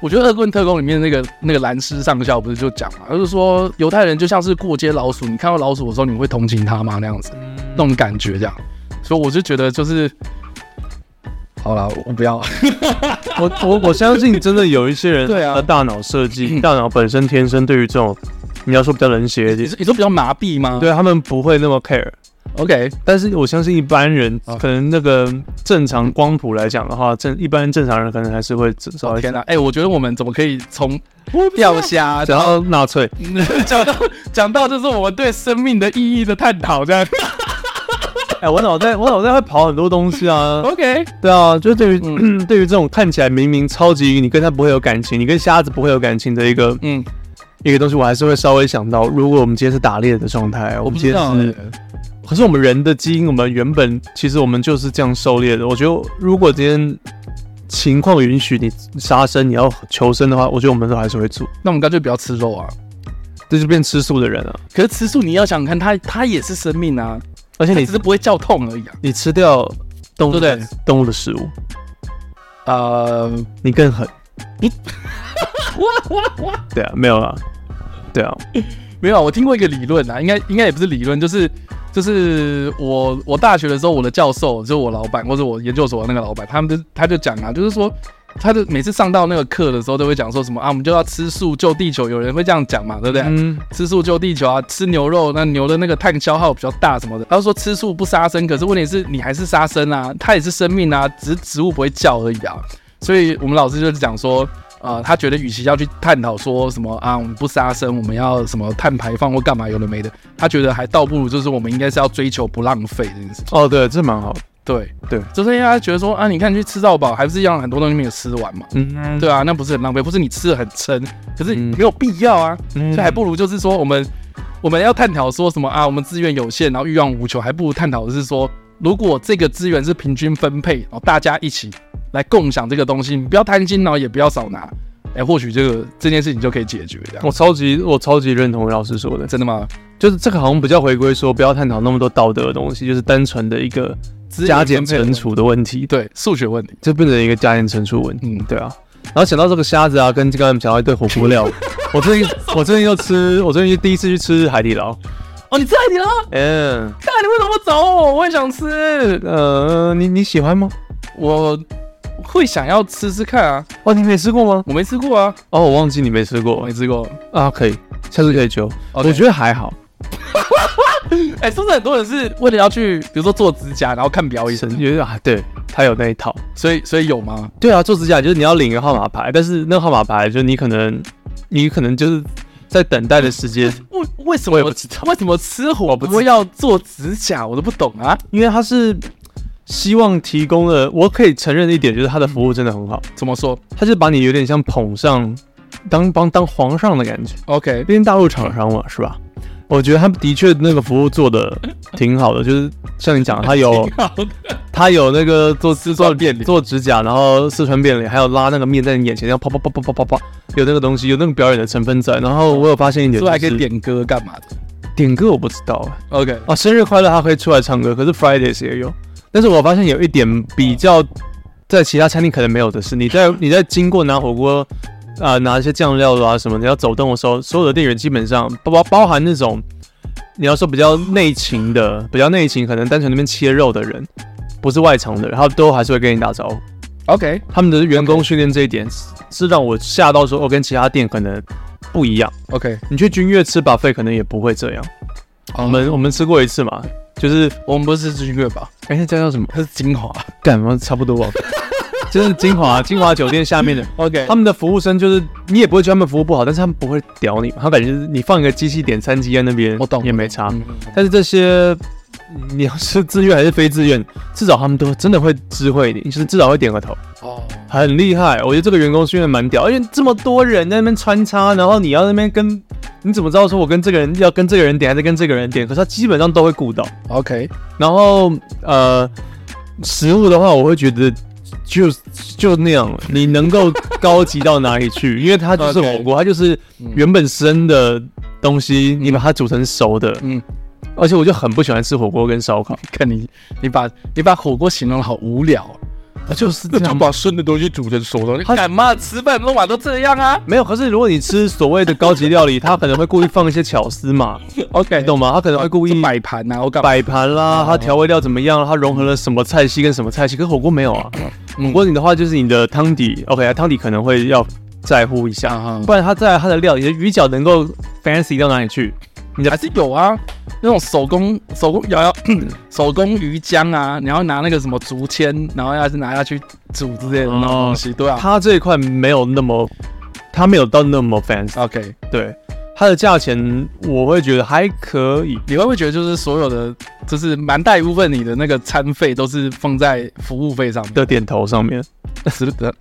[SPEAKER 2] 我觉得《恶棍特工》里面那个那个兰斯上校不是就讲嘛，就是说犹太人就像是过街老鼠，你看到老鼠的时候，你会同情他吗？那样子，那种感觉这样。所以我就觉得就是，好了，我不要，
[SPEAKER 3] 我我我相信真的有一些人，
[SPEAKER 2] 对啊
[SPEAKER 3] 他大脑 设计，大脑本身天生对于这种，你要说比较冷血一
[SPEAKER 2] 你
[SPEAKER 3] 点
[SPEAKER 2] 说，你说比较麻痹吗？
[SPEAKER 3] 对他们不会那么 care。
[SPEAKER 2] ，OK，
[SPEAKER 3] 但是我相信一般人
[SPEAKER 2] 啊，
[SPEAKER 3] 可能那个正常光谱来讲的话，正一般正常人可能还是会稍微
[SPEAKER 2] 天哪，哎、我觉得我们怎么可以从钓 虾
[SPEAKER 3] 想要纳粹。
[SPEAKER 2] 讲到讲到就是我们对生命的意义的探讨这样
[SPEAKER 3] 哎、我脑袋我脑袋会跑很多东西啊。
[SPEAKER 2] ，OK，
[SPEAKER 3] 对啊，就对于、 对于这种看起来明明超级你跟他不会有感情，你跟瞎子不会有感情的一个
[SPEAKER 2] 嗯，
[SPEAKER 3] 一个东西，我还是会稍微想到，如果我们今天是打猎的状态，我
[SPEAKER 2] 我
[SPEAKER 3] 们
[SPEAKER 2] 不
[SPEAKER 3] 今
[SPEAKER 2] 知
[SPEAKER 3] 天
[SPEAKER 2] 道、欸
[SPEAKER 3] 是，可是我们人的基因，我们原本其实我们就是这样狩猎的。我觉得如果今天情况允许你杀生，你要求生的话，我觉得我们都还是会做，
[SPEAKER 2] 那我们干脆不要吃肉啊。
[SPEAKER 3] 这就变吃素的人了。
[SPEAKER 2] 可是吃素，你要想看它，它也是生命啊，
[SPEAKER 3] 而且
[SPEAKER 2] 它
[SPEAKER 3] 你
[SPEAKER 2] 只是不会叫痛而已啊。
[SPEAKER 3] 你吃掉动物
[SPEAKER 2] 对
[SPEAKER 3] 的
[SPEAKER 2] 不对
[SPEAKER 3] 动物的食物，
[SPEAKER 2] 呃，
[SPEAKER 3] 你更狠。对啊，没有啦。对啊，
[SPEAKER 2] 没有啊，我听过一个理论啊，应该应该也不是理论，就是就是我我大学的时候，我的教授就是我老板，或者我研究所的那个老板，他们就他就讲啊，就是说。他就每次上到那个课的时候，都会讲说什么啊，我们就要吃素救地球，有人会这样讲嘛，对不对？
[SPEAKER 3] 嗯，
[SPEAKER 2] 吃素救地球啊，吃牛肉，那牛的那个碳消耗比较大什么的。他就说吃素不杀生，可是问题是你还是杀生啊，它也是生命啊，只是植物不会叫而已啊。所以我们老师就是讲说，呃，他觉得与其要去探讨说什么啊，我们不杀生，我们要什么碳排放或干嘛有的没的，他觉得还倒不如就是我们应该是要追求不浪费这件事。
[SPEAKER 3] 哦，对，这蛮好的。
[SPEAKER 2] 对
[SPEAKER 3] 对，
[SPEAKER 2] 就是因为他觉得说啊，你看你去吃到饱，还不是一样很多东西没有吃完嘛。
[SPEAKER 3] 嗯，
[SPEAKER 2] 对啊，那不是很浪费，不是你吃的很撑，可是
[SPEAKER 3] 嗯
[SPEAKER 2] 没有必要啊，
[SPEAKER 3] 嗯
[SPEAKER 2] 所以还不如就是说我们我们要探讨说什么啊，我们资源有限，然后欲望无穷，还不如探讨的是说，如果这个资源是平均分配，然后大家一起来共享这个东西，你不要贪心，然后也不要少拿，哎、或许这个这件事情就可以解决这样。
[SPEAKER 3] 我超级我超级认同老师说的，
[SPEAKER 2] 真的吗？
[SPEAKER 3] 就是这个好像比较回归说，不要探讨那么多道德的东西，就是单纯的一个
[SPEAKER 2] 资源
[SPEAKER 3] 加减
[SPEAKER 2] 分配的
[SPEAKER 3] 乘
[SPEAKER 2] 问
[SPEAKER 3] 除的问题，
[SPEAKER 2] 对，数学问题，
[SPEAKER 3] 就变成一个加减乘除问题。
[SPEAKER 2] 嗯，
[SPEAKER 3] 对啊，然后想到这个虾子啊，跟刚才想到一堆火 锅料，我最近我最近又吃，我最近第一次去吃海底捞。
[SPEAKER 2] 哦，你在你了，
[SPEAKER 3] 嗯，
[SPEAKER 2] 看你为什么不找我？我也想吃，
[SPEAKER 3] 呃，你你喜欢吗？
[SPEAKER 2] 我会想要吃吃看啊，
[SPEAKER 3] 哦，你没吃过吗？
[SPEAKER 2] 我没吃过啊，
[SPEAKER 3] 哦，我忘记你没吃
[SPEAKER 2] 我
[SPEAKER 3] 过
[SPEAKER 2] 没吃过。
[SPEAKER 3] 啊，可以，下次可以揪。
[SPEAKER 2] OK
[SPEAKER 3] 我觉得还好，
[SPEAKER 2] 哎、是不是很多人是为了要去，比如说做指甲，然后看表演，
[SPEAKER 3] 因为啊，对，它有那一套。
[SPEAKER 2] 所以所以有吗？
[SPEAKER 3] 对啊，做指甲就是你要领一个号码牌，但是那个号码牌就是你可能，你可能就是在等待的时间，
[SPEAKER 2] 为为什么
[SPEAKER 3] 我也不知道
[SPEAKER 2] 为什么吃火
[SPEAKER 3] 不知道
[SPEAKER 2] 锅要做指甲，我都不懂啊！
[SPEAKER 3] 因为它是希望提供了，我可以承认的一点就是它的服务真的很好，
[SPEAKER 2] 怎么说
[SPEAKER 3] 它就把你有点像捧上，当帮当皇上的感觉，
[SPEAKER 2] ？OK，
[SPEAKER 3] 毕竟大陆厂商嘛，是吧？我觉得他们的确那个服务做的挺好的，就是像你讲，它有它有那个做制
[SPEAKER 2] 川
[SPEAKER 3] 作
[SPEAKER 2] 变脸
[SPEAKER 3] 做指甲，然后四川变脸，还有拉那个面在你眼前，然后啪啪啪啪啪啪啪，有那个东西，有那个表演的成分在。然后我有发现一
[SPEAKER 2] 是
[SPEAKER 3] 点、就
[SPEAKER 2] 不
[SPEAKER 3] 是，
[SPEAKER 2] 是还可以点歌干嘛的
[SPEAKER 3] 点歌，我不知道
[SPEAKER 2] ？OK，
[SPEAKER 3] 啊。生日快乐，他可以出来唱歌，可是 Fridays 也有。但是我发现有一点比较在其他餐厅可能没有的是，你在你在经过拿火锅啊、拿一些酱料啊什么，你要走动的时候，所有的店员基本上包包包含那种你要说比较内勤的，比较内勤，可能单纯那边切肉的人，不是外场的人，他都还是会跟你打招呼。
[SPEAKER 2] OK，
[SPEAKER 3] 他们的员工训练这一点是是让我吓到说，哦，跟其他店可能不一样。
[SPEAKER 2] OK，
[SPEAKER 3] 你去君悦吃 buffet 可能也不会这样。
[SPEAKER 2] 我
[SPEAKER 3] 我们我们吃过一次嘛，就是
[SPEAKER 2] 我们不是君悦吧？
[SPEAKER 3] 哎，那家叫什么？
[SPEAKER 2] 它是精华。
[SPEAKER 3] 干嘛差 不多吧，就是金华金华酒店下面的。
[SPEAKER 2] OK，
[SPEAKER 3] 他们的服务生就是你也不会觉得他们服务不好，但是他们不会屌你，他感觉就是你放一个机器点餐机在那边，
[SPEAKER 2] 我懂
[SPEAKER 3] 也没差。
[SPEAKER 2] 嗯嗯嗯
[SPEAKER 3] 但是这些你要是自愿还是非自愿，至少他们都真的会知会你，就是至少会点个头，
[SPEAKER 2] 哦，
[SPEAKER 3] 很厉害。我觉得这个员工训练蛮屌，因为这么多人在那边穿插，然后你要那边跟，你怎么知道说我跟这个人要跟这个人点，还是跟这个人点？可是他基本上都会顾到。
[SPEAKER 2] OK，
[SPEAKER 3] 然后呃，食物的话，我会觉得就就那样，你能够高级到哪里去？因为它 就是
[SPEAKER 2] OK
[SPEAKER 3] 火锅，它就是原本生的东西，你把它煮成熟的。
[SPEAKER 2] 嗯，
[SPEAKER 3] 而且我就很不喜欢吃火锅跟烧烤，
[SPEAKER 2] 看你，你把你把火锅形容得好无聊哦、
[SPEAKER 3] 就是这
[SPEAKER 6] 那就
[SPEAKER 3] 样。
[SPEAKER 6] 把生的东西煮成熟的，
[SPEAKER 2] 干嘛吃饭弄碗都这样啊
[SPEAKER 3] 没有，可是如果你吃所谓的高级料理，它可能会故意放一些巧思嘛，
[SPEAKER 2] ？OK，
[SPEAKER 3] 你懂吗？它可能会故意
[SPEAKER 2] 摆盘啊，我干嘛？
[SPEAKER 3] 摆盘啦，它调味料怎么样，它融合了什么菜系跟什么菜系，跟火锅没有啊。火
[SPEAKER 2] 嗯
[SPEAKER 3] 锅你的话就是你的汤底，OK，啊汤底可能会要在乎一下，
[SPEAKER 2] 啊哈
[SPEAKER 3] 不然它再来它的料，你的鱼饺能够 fancy 到哪里去？
[SPEAKER 2] 还是有啊，那种手工手工摇摇 手工鱼浆啊，你要拿那个什么竹签，然后要是拿下去煮之类的那种东西，对啊。
[SPEAKER 3] 它这一块没有那么，它没有到那么 fancy，、
[SPEAKER 2] OK，
[SPEAKER 3] 对它的价钱我会觉得还可以，
[SPEAKER 2] 你会不会觉得就是所有的，就是蛮大一部分你的那个餐费都是放在服务费上面？
[SPEAKER 3] 的点头上面，
[SPEAKER 2] 是 的。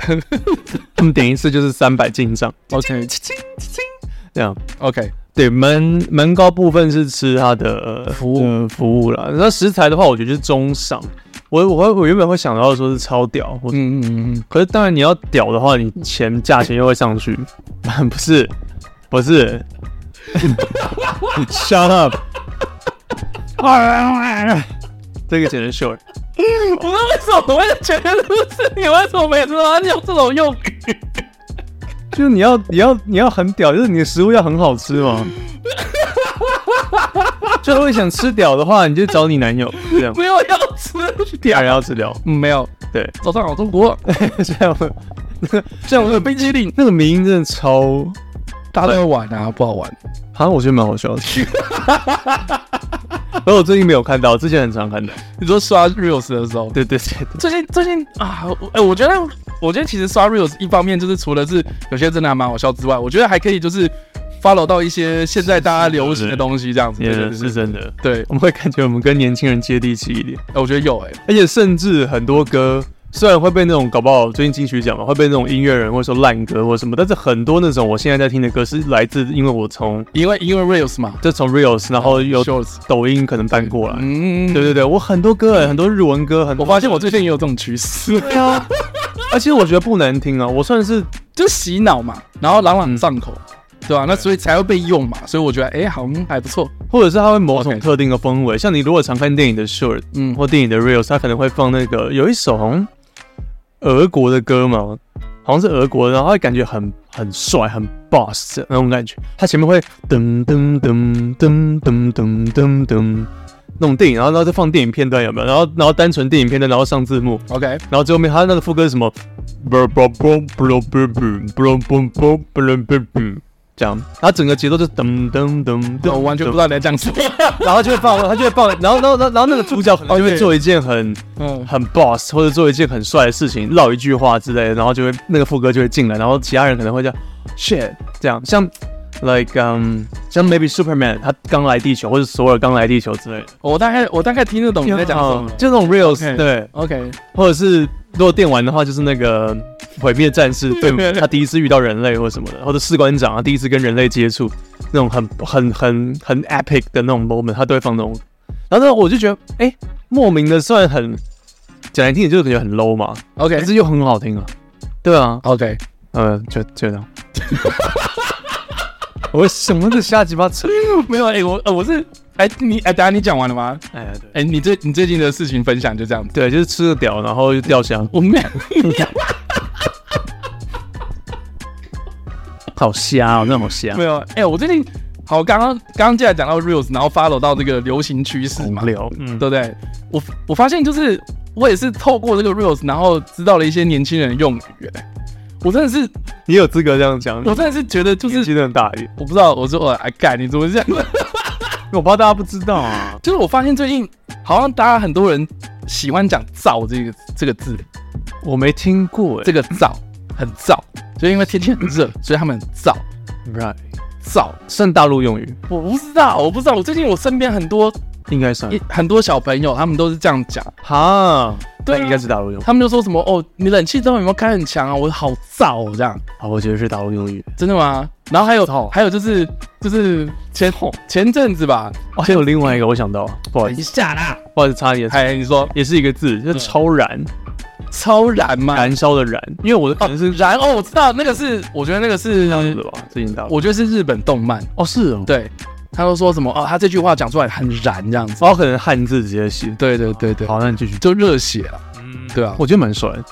[SPEAKER 3] 他们点一次就是三百进账，
[SPEAKER 2] OK
[SPEAKER 3] 这样。
[SPEAKER 2] OK，
[SPEAKER 3] 对，门门高部分是吃它的呃
[SPEAKER 2] 服务
[SPEAKER 3] 呃服务啦。那食材的话，我觉得就是中上。我我会我原本会想到说是超屌，或
[SPEAKER 2] 嗯嗯嗯嗯，
[SPEAKER 3] 可是当然你要屌的话，你钱价钱又会上去。 不是，不是，Shut up！这个简 直秀。
[SPEAKER 2] 我们为什么会觉得不是 你？为什么每次都要用这种用语？
[SPEAKER 3] 就是你要你要你要很屌，就是你的食物要很好吃 嘛。就如果你想吃屌的话，你就找你男友这样，
[SPEAKER 2] 没有要吃
[SPEAKER 3] 第二人要吃屌。
[SPEAKER 2] 嗯没有，
[SPEAKER 3] 对，
[SPEAKER 2] 早上好中国，
[SPEAKER 3] 这 样会
[SPEAKER 2] 这样我有冰淇淋，
[SPEAKER 3] 那个名音真的超，
[SPEAKER 2] 大家都会玩啊，不好玩。
[SPEAKER 3] 好像我觉得蛮好 笑的。而我最近没有看到，之前很常看到。
[SPEAKER 2] 你说刷 reels 的时候，
[SPEAKER 3] 对对对对，
[SPEAKER 2] 最近最近啊，我哎、我觉得我觉得其实刷 reels 一方面就是除了是有些真的还蛮好笑之外，我觉得还可以就是 follow 到一些现在大家流行的东西这样子，对对
[SPEAKER 3] 也
[SPEAKER 2] 对
[SPEAKER 3] 是真的。
[SPEAKER 2] 对，
[SPEAKER 3] 我们会感觉我们跟年轻人接地气一点，
[SPEAKER 2] 哎我觉得有哎、
[SPEAKER 3] 而且甚至很多歌虽然会被那种搞不好最近金曲奖嘛，啊会被那种音乐人会说烂歌或什么，但是很多那种我现在在听的歌是来自因为我从
[SPEAKER 2] 因为因为 reels 嘛，
[SPEAKER 3] 就从 reels 然后有
[SPEAKER 2] shorts，
[SPEAKER 3] 抖音可能搬过来。
[SPEAKER 2] 嗯，
[SPEAKER 3] 对对对，我很多歌，很多日文歌，很多
[SPEAKER 2] 我发现我最近也有这种趋势，
[SPEAKER 3] 对 啊，而且我觉得不难听啊，我算是
[SPEAKER 2] 就洗脑嘛，然后朗朗上口，对吧、那所以才会被用嘛，所以我觉得哎、好像还不错，
[SPEAKER 3] 或者是它会某种
[SPEAKER 2] OK
[SPEAKER 3] 特定的氛围。像你如果常看电影的 short，
[SPEAKER 2] 嗯
[SPEAKER 3] 嗯，或电影的 reels，它可能会放那个有一首好像俄国的歌嘛，好像是俄国的，然后它感觉很很帅、很 boss 的那种感觉。它前面会噔噔噔噔噔噔噔噔那种电影，然后然后再放电影片段有没有？然后然后单纯电影片段，然后上字幕，
[SPEAKER 2] ，OK，
[SPEAKER 3] 然后最后面它那个副歌是什么？这样，它整个节奏就噔噔噔噔，
[SPEAKER 2] 我完全不知道你在讲什么，
[SPEAKER 3] 然后就会放，他就会放，然后，然后，然后然后那个主角可能就
[SPEAKER 2] OK
[SPEAKER 3] 会做一件很
[SPEAKER 2] 嗯，
[SPEAKER 3] 很 boss 或者做一件很帅的事情，唠一句话之类的，然后就会那个副歌就会进来，然后其他人可能会叫 shit 这样，像 like 嗯、像 maybe Superman 他刚来地球或者索尔刚来地球之类的，
[SPEAKER 2] 我大概我大概听得懂你在讲什么
[SPEAKER 3] 嗯
[SPEAKER 2] 了。
[SPEAKER 3] 就那种 reels、
[SPEAKER 2] OK
[SPEAKER 3] 对，
[SPEAKER 2] OK，
[SPEAKER 3] 或者是如果电玩的话，就是那个毁灭战 士对他第一次遇到人类或者什么的，或者士官长啊第一次跟人类接触那种很很很很 epic 的那种 moment，他都会放那种。然后呢，我就觉得，哎、莫名的算很讲来听也就是感觉很 low 嘛，
[SPEAKER 2] OK
[SPEAKER 3] 可是又很好听啊。对啊，
[SPEAKER 2] OK，
[SPEAKER 3] 呃，就就这样。 我什么是瞎鸡巴扯？
[SPEAKER 2] 没有哎、我呃我是哎、你哎、等下你讲完了吗？
[SPEAKER 3] 哎呀，对，
[SPEAKER 2] 哎、你最你最近的事情分享就这样子，
[SPEAKER 3] 对，就是吃个屌，然后就掉香，
[SPEAKER 2] 我没有，
[SPEAKER 3] 好瞎哦，那好瞎
[SPEAKER 2] 没，有哎、我最近好刚刚刚刚既然讲到 reels，然后 follow 到这个流行趋势嘛
[SPEAKER 3] 无，聊。嗯，
[SPEAKER 2] 对不对？我我发现就是我也是透过这个 reels，然后知道了一些年轻人的用语、哎我真的是，
[SPEAKER 3] 你有资格这样讲，
[SPEAKER 2] 我真的是觉得就
[SPEAKER 3] 年纪
[SPEAKER 2] 是，
[SPEAKER 3] 真的大一点。
[SPEAKER 2] 我不知道，我说我哎干，你怎么这样？
[SPEAKER 3] 我怕大家不知道啊。
[SPEAKER 2] 就是我发现最近好像大家很多人喜欢讲“燥”这个这个字，
[SPEAKER 3] 我没听过哎、
[SPEAKER 2] 这个燥很燥，就因为天气很热，所以他们很燥
[SPEAKER 3] 个 right
[SPEAKER 2] 燥。
[SPEAKER 3] 算大陆用语，
[SPEAKER 2] 我不知道，我不知道，我最近我身边很多
[SPEAKER 3] 应该算
[SPEAKER 2] 一很多小朋友他们都是这样讲，
[SPEAKER 3] 哈，
[SPEAKER 2] 对啊
[SPEAKER 3] 那应该是大陆用语。
[SPEAKER 2] 他们就说什么哦，你冷气到底有没有开很强啊？我好燥、哦、这样，
[SPEAKER 3] 啊，我觉得是大陆用语。
[SPEAKER 2] 真的吗？然后还
[SPEAKER 3] 燥
[SPEAKER 2] 有还有就是就是前前阵子吧，
[SPEAKER 3] 哦，还有另外一个我想到，不好意
[SPEAKER 2] 等一
[SPEAKER 3] 思，
[SPEAKER 2] 下啦，
[SPEAKER 3] 不好意思，插一下，
[SPEAKER 2] 哎，你说
[SPEAKER 3] 也是一个字，就是超燃，
[SPEAKER 2] 超燃吗？
[SPEAKER 3] 燃烧的燃，因为我的可能是
[SPEAKER 2] 燃哦，我知道那个是，我觉得那个是，
[SPEAKER 3] 的吧，最近大陆。
[SPEAKER 2] 我觉得是日本动漫，
[SPEAKER 3] 哦，是哦，，
[SPEAKER 2] 对，他都说什么哦，他这句话讲出来很燃这样子，
[SPEAKER 3] 哦，可能汉字直接写。
[SPEAKER 2] 对对对对，
[SPEAKER 3] 好，那你继续。
[SPEAKER 2] 就热血了，对啊
[SPEAKER 3] 我觉得蛮帅的，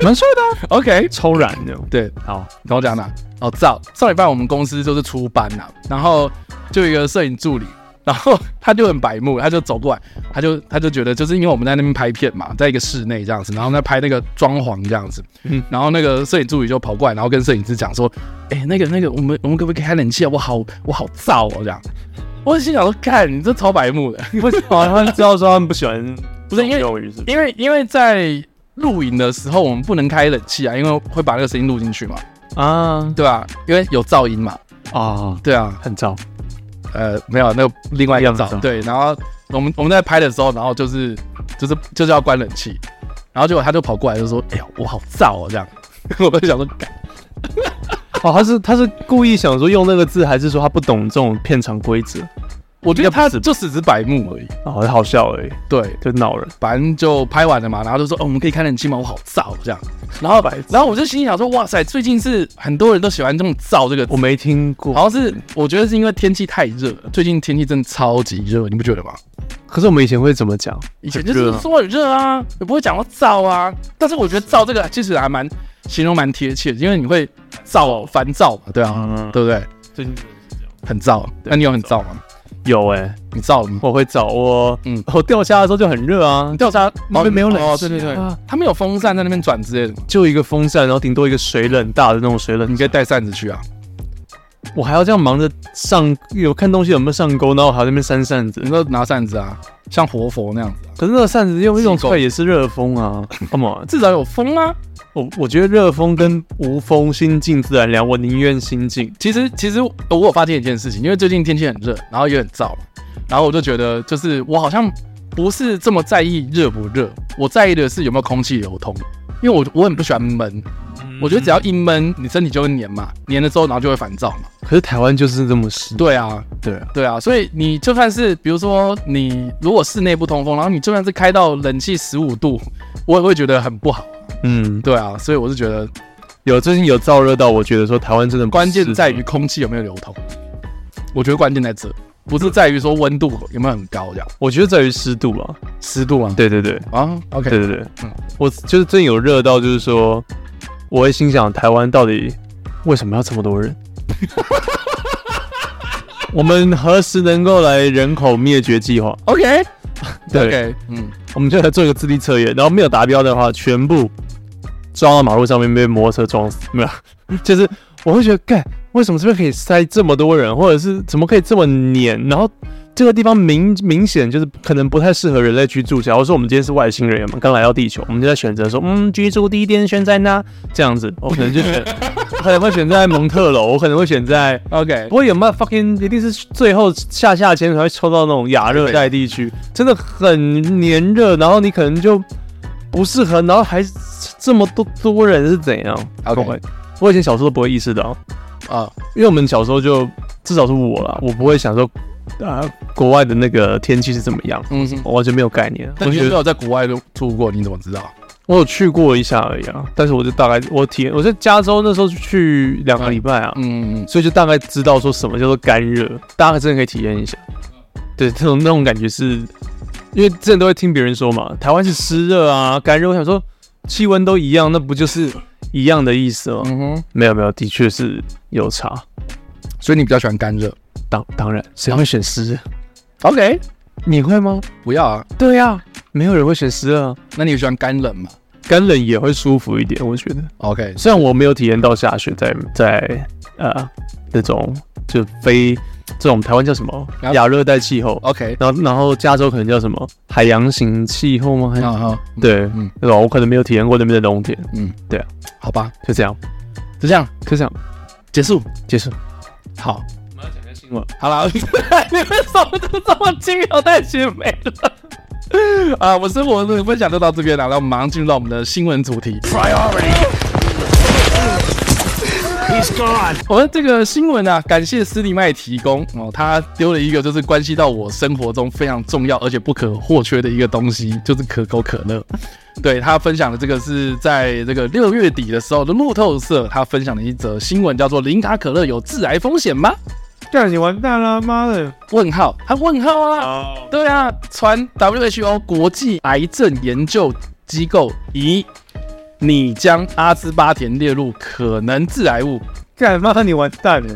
[SPEAKER 3] 蛮帅的啊，
[SPEAKER 2] ，OK，
[SPEAKER 3] 超燃的。
[SPEAKER 2] 对，
[SPEAKER 3] 好，
[SPEAKER 2] 跟我讲啦，哦，早上礼拜我们公司就是出班啦，然后就有一个摄影助理，然后他就很白目，他就走过来，他就他就觉得就是因为我们在那边拍片嘛，在一个室内这样子，然后在拍那个装潢这样子，
[SPEAKER 3] 嗯
[SPEAKER 2] 然后那个摄影助理就跑过来，然后跟摄影师讲说，哎、那个那个，我们我们可不可以开冷气啊？我好我好燥哦这样。我心想说，看你这超白目的，
[SPEAKER 3] 为什么他们知道说他们不喜欢？
[SPEAKER 2] 不是因为
[SPEAKER 3] 用语是 不是
[SPEAKER 2] 因为因为在录影的时候我们不能开冷气啊，因为会把那个声音录进去嘛，
[SPEAKER 3] 啊
[SPEAKER 2] 对吧、因为有噪音嘛，
[SPEAKER 3] 啊，
[SPEAKER 2] 对啊，
[SPEAKER 3] 很燥，
[SPEAKER 2] 呃，没有，那个另外一个
[SPEAKER 3] 一样的
[SPEAKER 2] 照
[SPEAKER 3] 照
[SPEAKER 2] 对，然后我们我们在拍的时候，然后就是就是就是要关冷气，然后结果他就跑过来就说：“哎呦，我好燥哦！”这样， 我就想说，干
[SPEAKER 3] 哦，他是他是故意想说用那个字，还是说他不懂这种片场规则？
[SPEAKER 2] 我觉得他就只是白目而已。
[SPEAKER 3] 哦，好笑而已，
[SPEAKER 2] 对，
[SPEAKER 3] 就闹人。
[SPEAKER 2] 反正就拍完了嘛，然后就说：“哦，我们可以开冷气吗？我好燥。”哦这样，然后
[SPEAKER 3] 白痴
[SPEAKER 2] 然后我就心里想说：“哇塞，最近是很多人都喜欢这种燥这个
[SPEAKER 3] 我
[SPEAKER 2] 词。”
[SPEAKER 3] 没听过，
[SPEAKER 2] 好像是，我觉得是因为天气太热了，最近天气真的超级热，你不觉得吗？
[SPEAKER 3] 可是我们以前会怎么讲？
[SPEAKER 2] 以前就是说很热啊，也不会讲到燥啊。但是我觉得燥这个其实还蛮形容蛮贴切的，因为你会燥烦躁嘛，对啊，
[SPEAKER 3] 嗯，
[SPEAKER 2] 对不对？
[SPEAKER 3] 最近
[SPEAKER 2] 很燥，那你有很燥吗？
[SPEAKER 3] 有哎、
[SPEAKER 2] 你燥了吗？
[SPEAKER 3] 我会找我，
[SPEAKER 2] 嗯
[SPEAKER 3] 嗯，我掉虾的时候就很热啊，
[SPEAKER 2] 调查
[SPEAKER 3] 那边没有冷
[SPEAKER 2] 哦，
[SPEAKER 3] 气
[SPEAKER 2] 对对对
[SPEAKER 3] 啊，
[SPEAKER 2] 他们有风扇在那边转之类的吗，
[SPEAKER 3] 就一个风扇，然后顶多一个水冷大的那种水冷
[SPEAKER 2] 你，可以带扇子去啊。
[SPEAKER 3] 我还要这样忙着上有看东西有没有上钩，然后我还要在那边扇扇子
[SPEAKER 2] 你，说拿扇子啊，像活佛那样子啊，
[SPEAKER 3] 可是那个扇子用用
[SPEAKER 2] 机构
[SPEAKER 3] 出来也是热 风啊，干嘛？
[SPEAKER 2] 至少有风啊。
[SPEAKER 3] 我我觉得热风跟无风心静自然凉，我宁愿心静。
[SPEAKER 2] 其实其实呃我有发现一件事情，因为最近天气很热，然后也很燥嘛，然后我就觉得就是我好像不是这么在意热不热，我在意的是有没有空气流通，因为我我很不喜欢闷，
[SPEAKER 3] 嗯
[SPEAKER 2] 我觉得只要一闷，你身体就会黏嘛，黏了之后然后就会烦躁嘛。
[SPEAKER 3] 可是台湾就是这么湿，
[SPEAKER 2] 对啊，
[SPEAKER 3] 嗯对啊，
[SPEAKER 2] 对啊，所以你就算是比如说你如果室内不通风，然后你就算是开到冷气十五度，我也会觉得很不好。
[SPEAKER 3] 嗯，
[SPEAKER 2] 对啊，所以我是觉得
[SPEAKER 3] 有最近有燥热到，我觉得说台湾真的不
[SPEAKER 2] 关键
[SPEAKER 3] 适合
[SPEAKER 2] 在于空气有没有流通，我觉得关键在这，不是在于说温度有没有很高这样，
[SPEAKER 3] 我觉得在于湿度啊，
[SPEAKER 2] 湿度啊，
[SPEAKER 3] 对对对，
[SPEAKER 2] 啊，OK，
[SPEAKER 3] 对对对，
[SPEAKER 2] 嗯
[SPEAKER 3] 我就是最近有热到，就是说，我会心想台湾到底为什么要这么多 人？我们何时能够来人口灭绝计划？
[SPEAKER 2] o k
[SPEAKER 3] 对
[SPEAKER 2] o k 嗯，
[SPEAKER 3] 我们就来做一个智力测验，然后没有达标的话，全部撞到马路上面被摩托车撞死， 没有，就是我会觉得，干，为什么这边可以塞这么多人，或者是怎么可以这么黏？然后这个地方明明显就是可能不太适合人类居住。假如说我们今天是外星人嘛，刚来到地球，我们就在选择说，嗯，居住地点选在哪？这样子，我可能就选， 我可能会选在蒙特楼，我可能会选在。
[SPEAKER 2] OK，
[SPEAKER 3] 不会有嘛 fucking 一定是最后下下签才会抽到那种亚热带地区，真的很黏热，然后你可能就不适合，然后还这么多多人是怎样
[SPEAKER 2] OK
[SPEAKER 3] 我我以前小时候都不会意识到，
[SPEAKER 2] 啊，
[SPEAKER 3] 因为我们小时候就至少是我啦，我不会想说啊、国外的那个天气是怎么样，
[SPEAKER 2] 嗯哼，
[SPEAKER 3] 我完全没有概念。
[SPEAKER 2] 但
[SPEAKER 3] 我
[SPEAKER 2] 你
[SPEAKER 3] 觉
[SPEAKER 2] 有
[SPEAKER 3] 得
[SPEAKER 2] 没有在国外都住过？你怎么知道？
[SPEAKER 3] 我有去过一下而已啊，但是我就大概我体验，我在加州那时候去两个礼拜啊，
[SPEAKER 2] 嗯，嗯
[SPEAKER 3] 所以就大概知道说什么叫做干热，大家真的可以体验一下。对，这种那种感觉是，因为之前都会听别人说嘛，台湾是湿热啊，干热。我想说，气温都一样，那不就是一样的意思吗？
[SPEAKER 2] 嗯哼，
[SPEAKER 3] 没有没有，的确是有差。
[SPEAKER 2] 所以你比较喜欢干热
[SPEAKER 3] 当当然，谁会选湿热？
[SPEAKER 2] ？OK，
[SPEAKER 3] 你会吗？
[SPEAKER 2] 不要啊，
[SPEAKER 3] 对呀、没有人会选湿热啊。
[SPEAKER 2] 那你喜欢干冷吗
[SPEAKER 3] 干冷也会舒服一点，我觉得。
[SPEAKER 2] ？OK，
[SPEAKER 3] 虽然我没有体验到下雪在在呃那种就非这种台湾叫什么
[SPEAKER 2] 亚
[SPEAKER 3] 亚热带气候
[SPEAKER 2] OK，
[SPEAKER 3] 然后然后加州可能叫什么海洋型气候吗？还是、
[SPEAKER 2] 啊哈，
[SPEAKER 3] 对，
[SPEAKER 2] 嗯
[SPEAKER 3] 嗯，对吧？我可能没有体验过那边的农田，
[SPEAKER 2] 好吧，
[SPEAKER 3] 就这样，
[SPEAKER 2] 就这样
[SPEAKER 3] 就这样
[SPEAKER 2] 结束。
[SPEAKER 3] 结束。
[SPEAKER 2] 好，
[SPEAKER 3] 我们要讲一下新了。
[SPEAKER 2] 好了， 你们怎么都这么轻描淡写没了？ 啊，我生活的分享就到这边了，那我们马上进入到我们的新闻主题。
[SPEAKER 5] He's gone.
[SPEAKER 2] 我们这个新闻啊，感谢斯蒂麦提供哦，他丢了一个就是关系到我生活中非常重要而且不可或缺的一个东西，就是可口可乐。对他分享的这个是在这个六月底的时候的路透社，他分享了一则新闻，叫做“零卡可乐有致癌风险吗？”
[SPEAKER 3] 干你完蛋了，妈的！
[SPEAKER 2] 问号，他问号啊，对啊，传 WHO 国际癌症研究机构疑你将阿兹巴甜列入可能致癌物，
[SPEAKER 3] 干妈你完蛋了！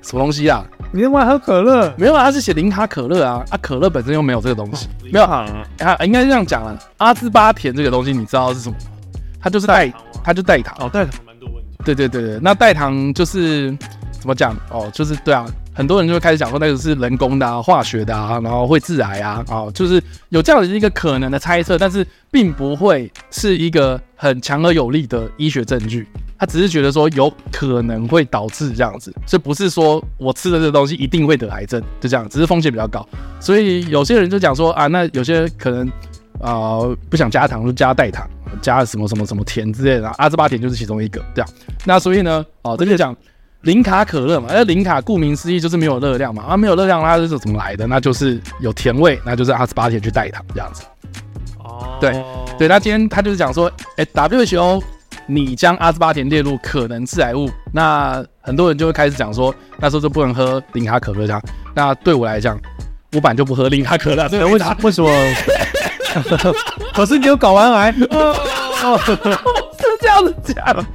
[SPEAKER 2] 什么东西啊？
[SPEAKER 3] 你他妈喝可乐？
[SPEAKER 2] 没有啊，他是写零卡可乐啊，啊，可乐本身又没有这个东西，没有啊，
[SPEAKER 3] 啊，
[SPEAKER 2] 啊应该这样讲啊，阿兹巴甜这个东西你知道是什么吗？它就是代，它就代糖。
[SPEAKER 3] 哦，代糖蛮多问题。
[SPEAKER 2] 对对对对，那代糖就是怎么讲哦，就是对啊，很多人就会开始讲说那个是人工的啊、化学的啊，然后会致癌啊，哦，就是有这样的一个可能的猜测，但是并不会是一个很强而有力的医学证据。他只是觉得说有可能会导致这样子，所以不是说我吃了这个东西一定会得癌症，就这样，只是风险比较高。所以有些人就讲说啊，那有些可能啊、不想加糖就加代糖，加什么什么什么甜之类的，啊阿兹巴甜就是其中一个这样。那所以呢，哦，这就讲零卡可乐嘛，那零卡顾名思义就是没有热量嘛，啊，没有热量它是怎么来的？那就是有甜味，那就是阿兹巴甜去代糖这样子。
[SPEAKER 3] 哦，
[SPEAKER 2] 对对，那今天他就是讲说，哎、w h o 你将阿兹巴甜列入可能致癌物，那很多人就会开始讲说，那时候就不能喝零卡可乐这样。那对我来讲，我本来就不喝零卡可乐，所以
[SPEAKER 3] 哎，
[SPEAKER 2] 我
[SPEAKER 3] 为什为什么？可是你有睾丸癌？
[SPEAKER 2] 哦是这样子讲。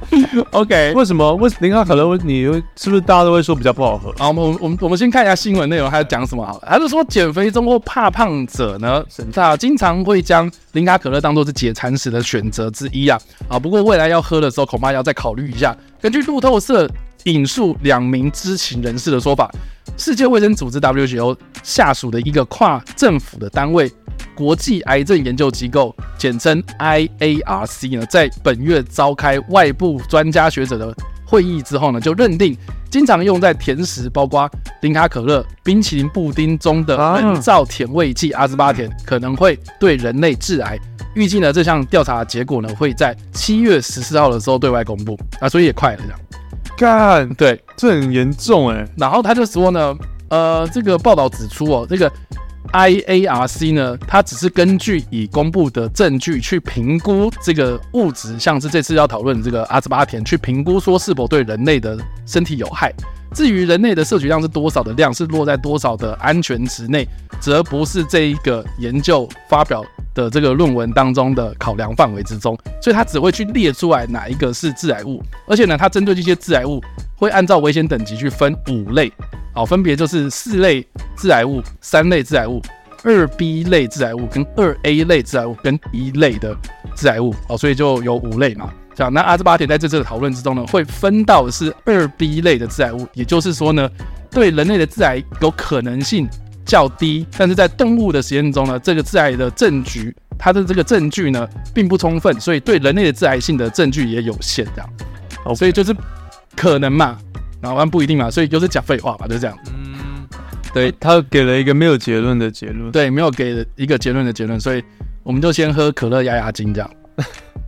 [SPEAKER 2] OK，
[SPEAKER 3] 为什么？为零卡可乐？为你是不是大家都会说比较不好喝？
[SPEAKER 2] 好，我们我们我们我们先看一下新闻内容，他讲什么好了。他就说，减肥中或怕胖者呢，那经常会将零卡可乐当做是解馋时的选择之一啊啊。不过未来要喝的时候，恐怕要再考虑一下。根据路透社引述两名知情人士的说法，世界卫生组织 WHO 下属的一个跨政府的单位国际癌症研究机构，简称 IARC 呢，在本月召开外部专家学者的会议之后呢，就认定经常用在甜食，包括零卡可乐、冰淇淋、布丁中的
[SPEAKER 3] 啊
[SPEAKER 2] 人造甜味剂阿兹巴甜，可能会对人类致癌。预计呢，这项调查结果呢会在七月十四号的时候对外公布啊，所以也快了这样。
[SPEAKER 3] 干，
[SPEAKER 2] 对，
[SPEAKER 3] 这很严重哎。
[SPEAKER 2] 然后他就说呢，呃，这个报道指出哦，这个 IARC 呢，它只是根据已公布的证据去评估这个物质，像是这次要讨论这个阿兹巴甜，去评估说是否对人类的身体有害。至于人类的摄取量是多少的量，是落在多少的安全值内，则不是这一个研究发表的这个论文当中的考量范围之中，所以它只会去列出来哪一个是致癌物，而且呢，它针对这些致癌物会按照危险等级去分五类，好、分别就是四类致癌物、三类致癌物、二 B 类致癌物、跟二 A 类致癌物、跟一类的致癌物哦，所以就有五类嘛。这样，那阿兹巴甜在这次的讨论之中呢，会分到的是二 B 类的致癌物，也就是说呢，对人类的致癌有可能性较低，但是在动物的实验中呢，这个致癌的证据，它的这个证据呢并不充分，所以对人类的致癌性的证据也有限，这样。
[SPEAKER 3] OK
[SPEAKER 2] 所以就是可能嘛，然后但不一定嘛，所以就是讲废话嘛，就是这样。对
[SPEAKER 3] 他给了一个没有结论的结论。
[SPEAKER 2] 对，没有给一个结论的结论，所以我们就先喝可乐压压惊， 这样，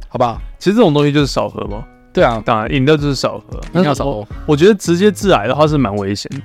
[SPEAKER 2] 好不好？
[SPEAKER 3] 其实这种东西就是少喝嘛，
[SPEAKER 2] 对啊，
[SPEAKER 3] 当然饮料就是少喝，
[SPEAKER 2] 一定要少喝
[SPEAKER 3] 我。我觉得直接致癌的话是蛮危险的，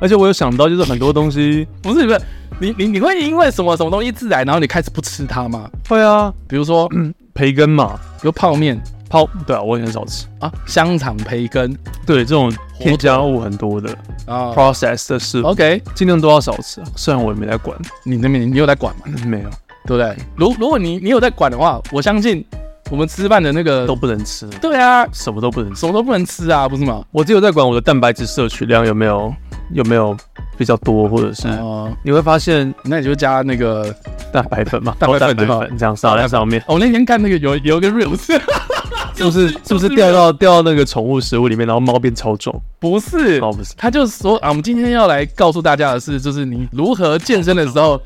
[SPEAKER 3] 而且我有想到就是很多东西，
[SPEAKER 2] 不是不是，你你你会因为什么什么东西致癌，然后你开始不吃它吗？
[SPEAKER 3] 会啊，
[SPEAKER 2] 比如说，比
[SPEAKER 3] 培根嘛，
[SPEAKER 2] 如泡面
[SPEAKER 3] 泡，对啊，我也很少吃。
[SPEAKER 2] 啊，香肠、培根
[SPEAKER 3] 对，这种添加物很多的
[SPEAKER 2] 啊。
[SPEAKER 3] process 的食物，
[SPEAKER 2] OK，
[SPEAKER 3] 尽量都要少吃啊。虽然我也没在管，
[SPEAKER 2] 你那边你有在管嘛？
[SPEAKER 3] 没有
[SPEAKER 2] 对不对？如如果你你有在管的话，我相信我们吃饭的那个
[SPEAKER 3] 都不能吃，
[SPEAKER 2] 对啊，
[SPEAKER 3] 什么都不能吃。
[SPEAKER 2] 什么都不能吃啊，不是吗？
[SPEAKER 3] 我只有在管我的蛋白质摄取量有没有有没有比较多，或者是
[SPEAKER 2] 哦、
[SPEAKER 3] 你会发现
[SPEAKER 2] 那你就加那个
[SPEAKER 3] 蛋白粉嘛，
[SPEAKER 2] 蛋白粉哦
[SPEAKER 3] 高蛋
[SPEAKER 2] 对吧
[SPEAKER 3] 白粉这样撒在上面，
[SPEAKER 2] 我那天看那个有有一个 reels，
[SPEAKER 3] 是不是是不是掉到掉到那个宠物食物里面，然后猫变超重？
[SPEAKER 2] 不是
[SPEAKER 3] 哦，不是，
[SPEAKER 2] 他就说啊，我们今天要来告诉大家的是，就是你如何健身的时候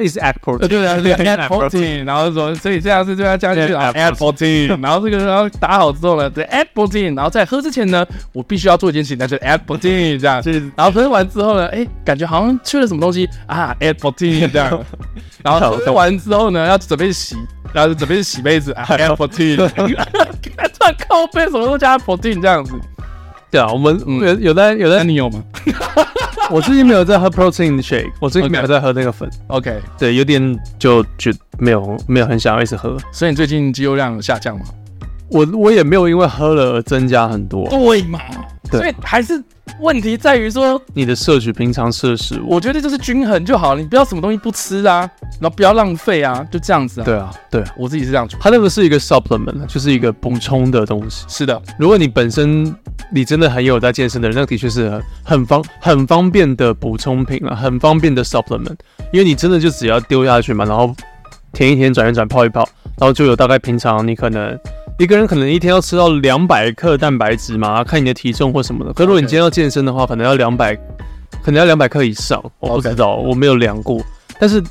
[SPEAKER 3] ，is Apple，
[SPEAKER 2] 呃， 对啊， 对 a p
[SPEAKER 3] Apple，
[SPEAKER 2] fourteen，然后说，所以这样是对他加进去
[SPEAKER 3] Yeah,
[SPEAKER 2] at fourteen，然后这个然后打好之后呢，对 at fourteen，然后在喝之前呢，我必须要做一件事情，那就是 at fourteen 这样
[SPEAKER 3] 是，
[SPEAKER 2] 然后喝完之后呢，哎，感觉好像缺了什么东西啊，at fourteen 这 样，然后喝完之后呢，要准备洗，然后准备洗杯子啊，at fourteen，突然靠背什么都加 fourteen 这样子，
[SPEAKER 3] 对啊，我们
[SPEAKER 2] 嗯
[SPEAKER 3] 有有在有
[SPEAKER 2] 那
[SPEAKER 3] 在，
[SPEAKER 2] 你有吗
[SPEAKER 3] 我最近没有在喝 protein shake，我最近没有
[SPEAKER 2] OK
[SPEAKER 3] 在喝那个粉，
[SPEAKER 2] ？OK，
[SPEAKER 3] 对，有点就就没有没有很想要一直喝，
[SPEAKER 2] 所以你最近肌肉量有下降吗？
[SPEAKER 3] 我我也没有因为喝了而增加很多，
[SPEAKER 2] 对嘛，
[SPEAKER 3] 对
[SPEAKER 2] 所以还是问题在于说。
[SPEAKER 3] 你的摄取平常摄食物，
[SPEAKER 2] 我觉得就是均衡就好了，你不要什么东西不吃啊，然后不要浪费啊，就这样子啊。
[SPEAKER 3] 对，啊对啊，
[SPEAKER 2] 我自己是这样觉得。
[SPEAKER 3] 它那个是一个 supplement，就是一个补充的东西。
[SPEAKER 2] 是的，
[SPEAKER 3] 如果你本身你真的很有在健身的人，那的确是很很方很方便的补充品啊，很方便的 supplement，因为你真的就只要丢下去嘛，然后填一填、转一转、泡一泡，然后就有大概平常你可能一个人可能一天要吃到两百克蛋白质嘛，看你的体重或什么的。可如果你
[SPEAKER 2] OK
[SPEAKER 3] 今天要健身的话，可能要两百，可能要两百克以上，我不
[SPEAKER 2] OK
[SPEAKER 3] 知道我没有量过，但是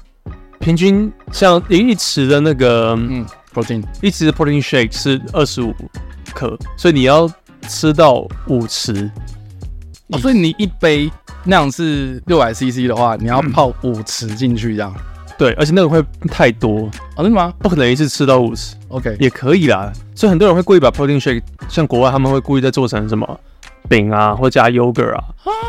[SPEAKER 3] 平均像一匙的那个。
[SPEAKER 2] 嗯，protein
[SPEAKER 3] 一匙 protein shake 是二十五克，所以你要吃到五匙，
[SPEAKER 2] 哦、所以你一杯那样是六百 CC 的话，你要泡五匙进去这样。
[SPEAKER 3] 对，而且那个会太多，
[SPEAKER 2] 哦，真的吗
[SPEAKER 3] 不可能一次吃到五匙，
[SPEAKER 2] ？OK，
[SPEAKER 3] 也可以啦。所以很多人会故意把 protein shake，像国外他们会故意再做成什么饼啊，或加 yogurt 啊，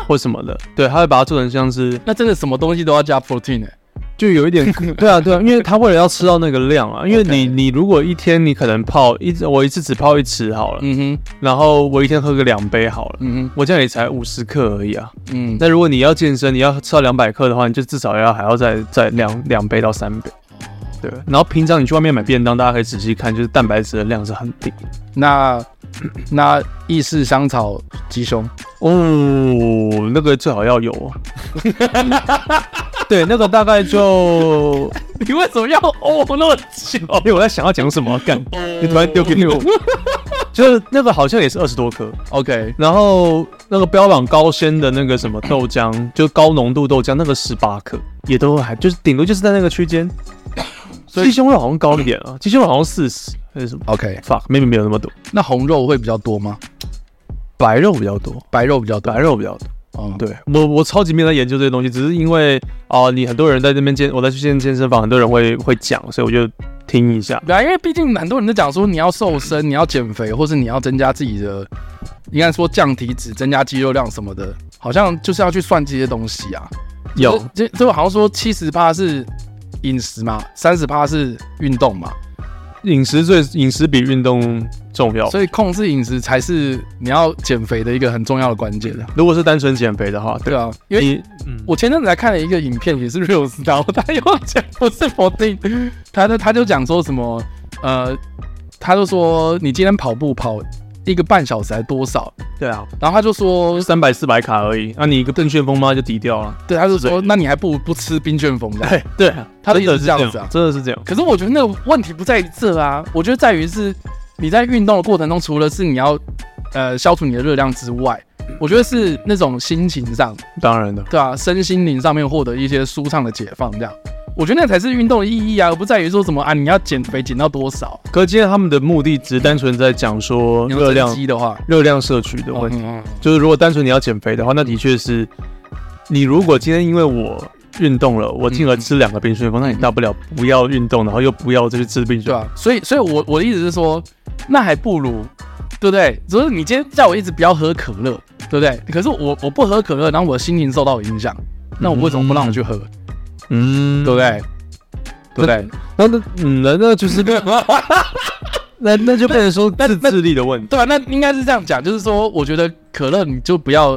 [SPEAKER 3] 或什么的，对，他会把它做成像是，
[SPEAKER 2] 那真的什么东西都要加 protein 哎、
[SPEAKER 3] 就有 一点，对啊，对啊，因为他为了要吃到那个量啊，因为你你如果一天你可能泡一，我一次只泡一匙好了，
[SPEAKER 2] 嗯
[SPEAKER 3] 然后我一天喝个两杯好了
[SPEAKER 2] 哼，，嗯
[SPEAKER 3] 我这样也才五十克而已啊。
[SPEAKER 2] 哼，嗯，
[SPEAKER 3] 那如果你要健身，你要吃到两百克的话，你就至少要还要再再两两杯到三杯。对，然后平常你去外面买便当，大家可以仔细看，就是蛋白质的量是很低。
[SPEAKER 2] 那那意式香草鸡胸，
[SPEAKER 3] 哦，那个最好要有、 哦。对，那个大概就，
[SPEAKER 2] 你为什么要哦那么久？
[SPEAKER 3] 因为我在想要讲什么，干，你突然丢给 我，就是那个好像也是二十多克，
[SPEAKER 2] OK，
[SPEAKER 3] 然后那个标榜高纤的那个什么豆浆，就高浓度豆浆，那个十八克也都还就是顶多就是在那个区间。
[SPEAKER 2] 所以
[SPEAKER 3] 鸡胸肉好像高一点啊，鸡胸肉好像四十还是什么
[SPEAKER 2] OK，
[SPEAKER 3] ？fuck，maybe 没有那么多，
[SPEAKER 2] 那红肉会比较多吗？
[SPEAKER 3] 白肉比较多，
[SPEAKER 2] 白肉比较多
[SPEAKER 3] 白。肉比较多。
[SPEAKER 2] 哦，
[SPEAKER 3] 对我我超级没有在研究这些东西，只是因为啊、你很多人在这边健，我在去健健身房，很多人会会讲，所以我就听一下。
[SPEAKER 2] 对啊，因为毕竟很多人都讲说你要瘦身、你要减肥，或是你要增加自己的，应该说降体脂、增加肌肉量什么的，好像就是要去算这些东西啊。
[SPEAKER 3] 有
[SPEAKER 2] 这这这好像说七十趴是饮食嘛，三十趴是运动嘛，
[SPEAKER 3] 饮食最饮食比运动重要，
[SPEAKER 2] 所以控制饮食才是你要减肥的一个很重要的关键啊。
[SPEAKER 3] 如果是单纯减肥的话，
[SPEAKER 2] 对
[SPEAKER 3] 对，
[SPEAKER 2] 啊，因为
[SPEAKER 3] 你嗯
[SPEAKER 2] 我前阵子还看了一个影片，也是 Reels，然后他又讲不是否定，他就他就讲说什么，呃，他就说你今天跑步跑一个半小时还多少，
[SPEAKER 3] 对啊，
[SPEAKER 2] 然后他就说，
[SPEAKER 3] 三百四百卡而已，那、你一个邓旋风妈就抵掉了。
[SPEAKER 2] 对，他就
[SPEAKER 3] 对
[SPEAKER 2] 说，那你还不如不吃冰旋风的。
[SPEAKER 3] 对 对，
[SPEAKER 2] 哎他的
[SPEAKER 3] 真
[SPEAKER 2] 意
[SPEAKER 3] 的
[SPEAKER 2] 思是
[SPEAKER 3] 是这
[SPEAKER 2] 这
[SPEAKER 3] 样
[SPEAKER 2] 样
[SPEAKER 3] 子
[SPEAKER 2] 子
[SPEAKER 3] 啊
[SPEAKER 2] 啊，
[SPEAKER 3] 真的是这样。
[SPEAKER 2] 可是我觉得那个问题不在于这啊，我觉得在于是你在运动的过程中，除了是你要呃消除你的热量之外，我觉得是那种心情上，
[SPEAKER 3] 当然的，
[SPEAKER 2] 对啊，身心灵上面获得一些舒畅的解放，这样。我觉得那才是运动的意义啊，而不在于说什么啊，你要减肥减到多少，
[SPEAKER 3] 可是今天他们的目的只是单纯在讲说
[SPEAKER 2] 你要
[SPEAKER 3] 热
[SPEAKER 2] 增
[SPEAKER 3] 量
[SPEAKER 2] 肌的话，
[SPEAKER 3] 热量摄取的问题，
[SPEAKER 2] 嗯
[SPEAKER 3] 就是如果单纯你要减肥的话，那的确是你如果今天因为我。运动了，我
[SPEAKER 2] 嗯
[SPEAKER 3] 进而吃两个冰旋风，那你大不了不要运动，然后又不要再去吃冰旋
[SPEAKER 2] 对
[SPEAKER 3] 风。
[SPEAKER 2] 啊，所以所以我我的意思是说，那还不如，对不对？只是你今天叫我一直不要喝可乐，对不对？可是我我不喝可乐，然后我的心情受到影响，那我为什么不让我去喝？
[SPEAKER 3] 嗯，
[SPEAKER 2] 对不对？对不对？
[SPEAKER 3] 那那嗯，那那就是 那那就变成说自
[SPEAKER 2] 那
[SPEAKER 3] 制力的问题。
[SPEAKER 2] 对啊，那应该是这样讲，就是说，我觉得可乐你就不要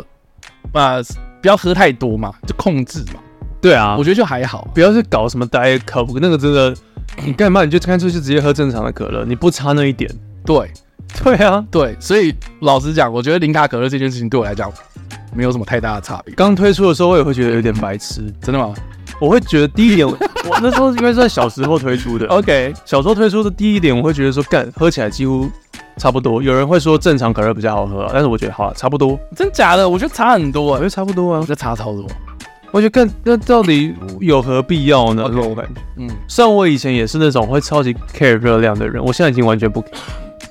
[SPEAKER 2] 啊、不要喝太多嘛，就控制嘛，
[SPEAKER 3] 对啊
[SPEAKER 2] 我，觉得就还好。
[SPEAKER 3] 不要去搞什么 diet coke，那个 真的，你干嘛你就干脆就直接喝正常的可乐，你不差那一点。
[SPEAKER 2] 对
[SPEAKER 3] 对啊，
[SPEAKER 2] 对，所以老实讲，我觉得零卡可乐这件事情对我来讲没有什么太大的差别。
[SPEAKER 3] 刚推出的时候我也会觉得有点白痴，
[SPEAKER 2] 真的吗
[SPEAKER 3] 我会觉得第一点， 我那时候应该是在小时候 推出的，哦
[SPEAKER 2] ？OK，
[SPEAKER 3] 小时候推出的第一点，我会觉得说干喝起来几乎差不多。有人会说正常可乐比较好喝啊、但是我觉得好、啊、差不多，
[SPEAKER 2] 真假的？我觉得差很多、
[SPEAKER 3] 我觉
[SPEAKER 2] 欸，
[SPEAKER 3] 得差不多
[SPEAKER 2] 我
[SPEAKER 3] 啊
[SPEAKER 2] 觉。得差超多。
[SPEAKER 3] 我觉得更那到底有何必要呢？
[SPEAKER 2] OK
[SPEAKER 3] 这种感觉。
[SPEAKER 2] 嗯
[SPEAKER 3] 虽然我以前也是那种会超级 care 热量的人，我现在已经完全不 care。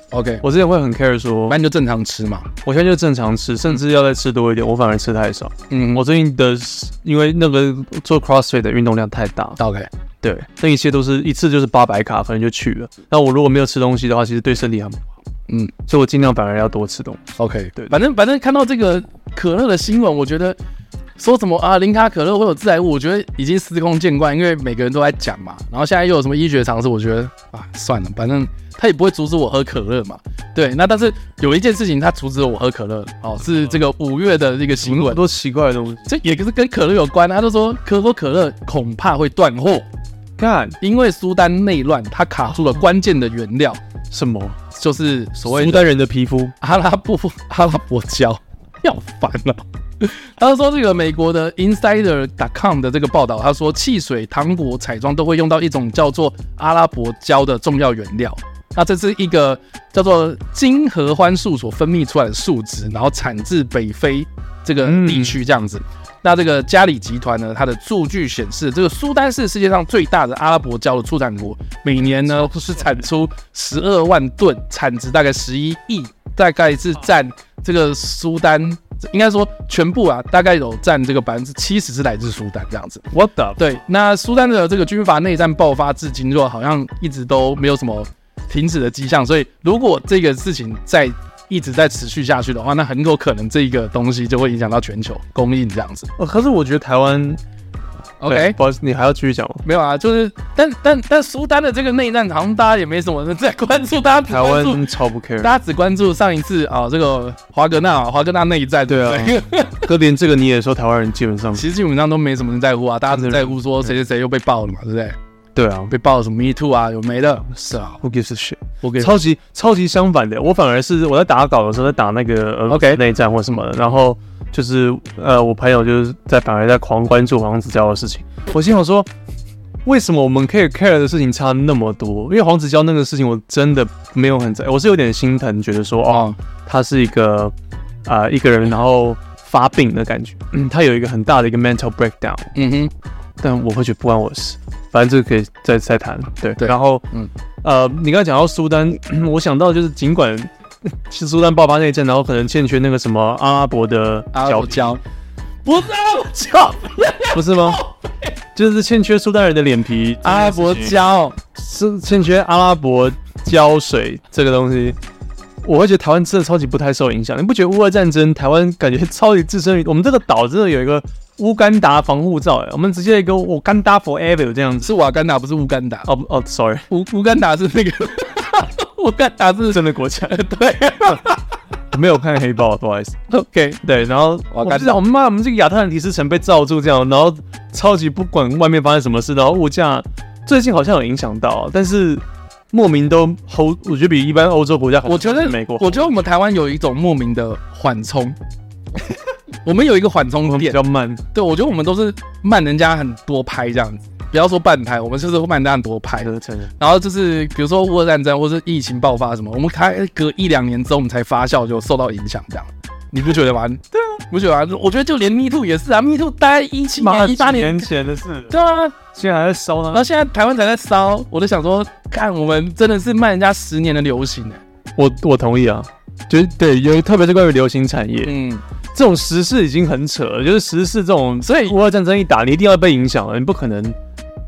[SPEAKER 2] ，OK，
[SPEAKER 3] 我之前会很 care 说
[SPEAKER 2] 反，正就正常吃嘛。
[SPEAKER 3] 我现在就正常吃，甚至要再吃多一点，我反而吃太少。
[SPEAKER 2] 嗯，
[SPEAKER 3] 我最近的，因为那个做 CrossFit 的运动量太大，
[SPEAKER 2] OK，
[SPEAKER 3] 对，那一切都是一次就是八百卡，反正就去了。那我如果没有吃东西的话，其实对身体很不好，
[SPEAKER 2] 嗯
[SPEAKER 3] 所以我尽量反而要多吃东西。
[SPEAKER 2] ，OK，
[SPEAKER 3] 对
[SPEAKER 2] 反正反正看到这个可乐的新闻，我觉得说什么啊，零卡可乐会有致癌物，我觉得已经司空见惯，因为每个人都在讲嘛。然后现在又有什么医学常识，我觉得啊，算了，反正他也不会阻止我喝可乐嘛。对，那但是有一件事情他阻止了我喝可乐，哦，
[SPEAKER 3] 啊
[SPEAKER 2] 是这个五月的这个新
[SPEAKER 3] 很
[SPEAKER 2] 闻。
[SPEAKER 3] 多奇怪的东西，
[SPEAKER 2] 这也是跟可乐有关啊，他就说可口可乐恐怕会断货，
[SPEAKER 3] 看
[SPEAKER 2] 因为苏丹内乱，它卡住了关键的原料，
[SPEAKER 3] 什么？
[SPEAKER 2] 就是所谓
[SPEAKER 3] 苏
[SPEAKER 2] 的
[SPEAKER 3] 丹人的皮肤，
[SPEAKER 2] 阿拉伯阿拉伯胶， 要烦了、他就说这个美国的 Insider.com 的这个报道，他说汽水、糖果、彩妆都会用到一种叫做阿拉伯胶的重要原料。那这是一个叫做金合欢素所分泌出来的树脂，然后产自北非这个地区这样子。那这个嘉里集团呢，它的数据显示，这个苏丹是世界上最大的阿拉伯胶的出产国，每年呢是产出十二万吨，产值大概十一亿，大概是占这个苏丹，应该说全部啊，大概有占这个百分之七十是来自苏丹这样子。
[SPEAKER 3] 我的
[SPEAKER 2] 对，那苏丹的这个军阀内战爆发至今，就好像一直都没有什么停止的迹象，所以如果这个事情再一直在持续下去的话，那很有可能这个东西就会影响到全球供应这样子。
[SPEAKER 3] 呃可是我觉得台湾对
[SPEAKER 2] OK，
[SPEAKER 3] 不好意思，你还要继续讲吗？
[SPEAKER 2] 没有啊，就是，但但但苏丹的这个内战好像大家也没什么人在关注，大家只
[SPEAKER 3] 台
[SPEAKER 2] 关注
[SPEAKER 3] 湾超不 care，
[SPEAKER 2] 大家只关注上一次啊、这个华格纳华格纳内战，
[SPEAKER 3] 对啊
[SPEAKER 2] 不对
[SPEAKER 3] 哥连这个你也说台湾人基本上
[SPEAKER 2] 其实基本上都没什么人在乎啊，大家只在乎说谁谁谁又被爆了嘛，对不对？
[SPEAKER 3] 对啊
[SPEAKER 2] 被爆了什么 Me Too 啊，有没的，是啊，
[SPEAKER 3] ，Who gives a shit？
[SPEAKER 2] 我给
[SPEAKER 3] 超级超级相反的，我反而是我在打稿的时候在打那个呃俄罗
[SPEAKER 2] OK
[SPEAKER 3] 斯内战或什么的，然后就是呃，我朋友就是在反而在狂关注黄子佼的事情。我心想说，为什么我们可以 care 的事情差那么多？因为黄子佼那个事情我真的没有很在，我是有点心疼，觉得说哦，
[SPEAKER 2] 哦，
[SPEAKER 3] 他是一个啊、呃一个人，然后发病的感觉，嗯他有一个很大的一个 mental breakdown。
[SPEAKER 2] 嗯哼，
[SPEAKER 3] 但我会觉得不关我的事，反正这个可以再再谈。对，
[SPEAKER 2] 对
[SPEAKER 3] 然后
[SPEAKER 2] 嗯
[SPEAKER 3] 嗯，呃，你刚才讲到苏丹， 我想到就是尽管 是苏丹爆发内战，然后可能欠缺那个什么阿拉伯的
[SPEAKER 2] 阿拉伯
[SPEAKER 3] 胶
[SPEAKER 2] 胶，不是阿拉伯 胶，
[SPEAKER 3] 皮，不是吗？就是欠缺苏丹人的脸皮，
[SPEAKER 2] 阿拉伯胶，
[SPEAKER 3] 是欠缺阿拉伯胶水这个东西。我会觉得台湾真的超级不太受影响，你不觉得乌俄战争台湾感觉超级置身于我们这个岛真的有一个乌干达防护罩、欸，我们直接一个我干达 forever 这样子。
[SPEAKER 2] 是瓦干达，不是乌干达，
[SPEAKER 3] 哦哦，sorry，
[SPEAKER 2] 乌乌干达是那个乌干达是
[SPEAKER 3] 真的国 家
[SPEAKER 2] 对
[SPEAKER 3] 我没有看黑豹，不好意思。
[SPEAKER 2] ，OK，
[SPEAKER 3] 对，然后
[SPEAKER 2] 哇
[SPEAKER 3] 我
[SPEAKER 2] 干
[SPEAKER 3] 们道，我们妈，我们这个亚特兰提斯城被罩住这样，然后超级不管外面发生什么事，然后物价最近好像有影响到，但是莫名都欧，我觉得比一般欧洲国家 好，
[SPEAKER 2] 我觉得
[SPEAKER 3] 美国
[SPEAKER 2] 我觉得我们台湾有一种莫名的缓 冲，我们有一个缓冲
[SPEAKER 3] 比
[SPEAKER 2] 点
[SPEAKER 3] 较，慢，
[SPEAKER 2] 对我觉得我们都是慢人家很多拍这样子，不要说半拍，我们就是慢人家很多拍
[SPEAKER 3] 这。是承认。
[SPEAKER 2] 然后就是比如说乌俄战争或是疫情爆发什么，我们开呃隔一两年之后我们才发酵，就受到影响这样。你不觉得吗？对啊，不觉得吗？我觉得就连 Me Too 也是啊，Me Too 大概一七
[SPEAKER 3] 妈
[SPEAKER 2] 年、一八
[SPEAKER 3] 几
[SPEAKER 2] 年
[SPEAKER 3] 年，前的事，
[SPEAKER 2] 对啊，
[SPEAKER 3] 现在还在烧
[SPEAKER 2] 然后
[SPEAKER 3] 呢。
[SPEAKER 2] 现在台湾才在烧，我都想说，看我们真的是慢人家十年的流行欸呢、
[SPEAKER 3] 我我同意啊，就是对，有特别是关于流行产业、
[SPEAKER 2] 嗯，
[SPEAKER 3] 这种时事已经很扯了，就是时事这种，
[SPEAKER 2] 所以
[SPEAKER 3] 乌俄战争一打，你一定要被影响了，你不可能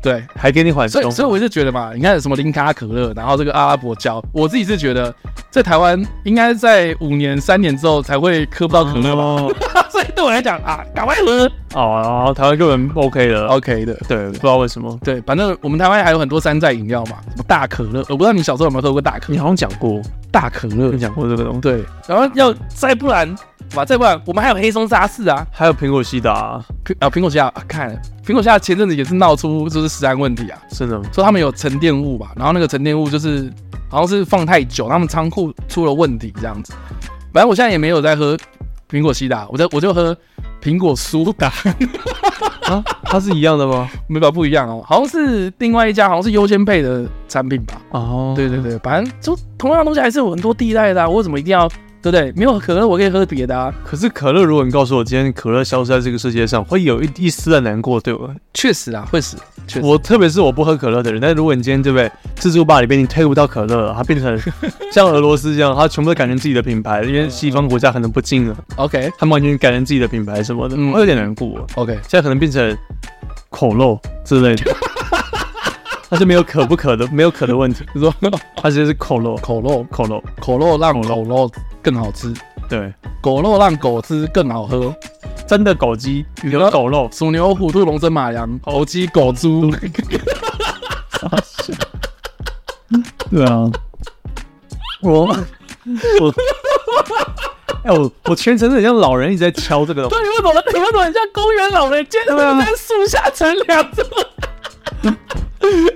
[SPEAKER 2] 对，
[SPEAKER 3] 还给你缓
[SPEAKER 2] 所
[SPEAKER 3] 冲
[SPEAKER 2] 以，。所以我就觉得嘛，你看什么零卡可乐，然后这个阿拉伯胶，我自己是觉得在台湾应该在五年、三年之后才会喝不到可乐吧。
[SPEAKER 3] 哦
[SPEAKER 2] 所以对我来讲啊，赶快喝
[SPEAKER 3] 哦，然后台湾根本 OK 的
[SPEAKER 2] ，OK 的。
[SPEAKER 3] 对，不知道为什么。
[SPEAKER 2] 对，反正我们台湾还有很多山寨饮料嘛，什么大可乐，我不知道你小时候有没有喝过大可
[SPEAKER 3] 你好像讲过，
[SPEAKER 2] 大可乐
[SPEAKER 3] 你。讲过这个东西。，
[SPEAKER 2] 对，然后要再不然，哇，再不然我们还有黑松沙士啊，
[SPEAKER 3] 还有苹果西达，
[SPEAKER 2] 苹啊苹果虾啊，看苹果虾前阵子也是闹出就是食安问题啊，
[SPEAKER 3] 真的
[SPEAKER 2] 说他们有沉淀物吧，然后那个沉淀物就是好像是放太久，他们仓库出了问题这样子。反正我现在也没有在喝苹果西打，我在我就喝苹果苏打，
[SPEAKER 3] 啊，它是一样的吗？
[SPEAKER 2] 没法不一样哦，好像是另外一家，好像是优先配的产品吧。
[SPEAKER 3] 哦，
[SPEAKER 2] 对对对，反正就同样的东西还是有很多替代的、啊，我为什么一定要？对不对？没有可乐，我可以喝别的啊。
[SPEAKER 3] 可是可乐，如果你告诉我今天可乐消失在这个世界上，会有一一丝的难过对我。
[SPEAKER 2] 确实啊，会死。确实，
[SPEAKER 3] 我特别是我不喝可乐的人，但如果你今天对不对，自助吧里边你推不到可乐了，它变 成像俄罗斯这样，它全部都改成自己的品牌，因为西方国家可能不进了，
[SPEAKER 2] OK
[SPEAKER 3] 他们完全改成自己的品牌什么的，
[SPEAKER 2] 嗯
[SPEAKER 3] 我有点难过。
[SPEAKER 2] OK，
[SPEAKER 3] 现在可能变成口肉之类 的，它就没有可不可的，没有可的问题，
[SPEAKER 2] 你说
[SPEAKER 3] 它直接是口肉，
[SPEAKER 2] 口肉，
[SPEAKER 3] 口肉，
[SPEAKER 2] 口肉让狗肉更好吃，
[SPEAKER 3] 对，
[SPEAKER 2] 狗肉让狗汁更好喝。
[SPEAKER 3] 真的狗鸡有狗肉，
[SPEAKER 2] 鼠牛、虎兔、龙、争、马、羊、猴、鸡、狗、猪，
[SPEAKER 3] 对啊，我我。 哎、我我全程很像老人一直在敲这个东西，
[SPEAKER 2] 你们怎么你们怎么很像公园老人健
[SPEAKER 3] 对啊
[SPEAKER 2] 树下乘凉？怎么？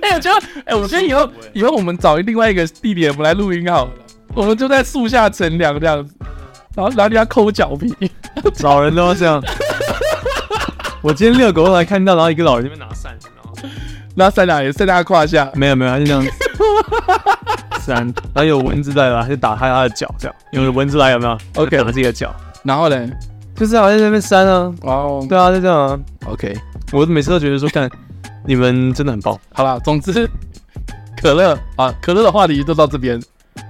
[SPEAKER 2] 哎、我觉得，哎、我觉得以后以后我们找另外一个地点，我们来录音好了。我们就在树下乘凉这样子，然后然后人家抠脚皮，
[SPEAKER 3] 老人都要这样。我今天遛狗还看到，然后一个老人这边拿伞，然后
[SPEAKER 2] 然后三两也在他胯下。
[SPEAKER 3] 没有没有，他就 这样子伞，然后有蚊子来了，他就打他他的脚，这样有蚊子来有没有
[SPEAKER 2] OK
[SPEAKER 3] 打自己的脚，
[SPEAKER 2] 然后嘞，
[SPEAKER 3] 就是好像在那边扇啊，
[SPEAKER 2] 哦，
[SPEAKER 3] 对啊，就这样啊。
[SPEAKER 2] ，OK，
[SPEAKER 3] 我每次都觉得说，看你们真的很棒，
[SPEAKER 2] 好啦，总之，可乐啊，可乐的话题就到这边，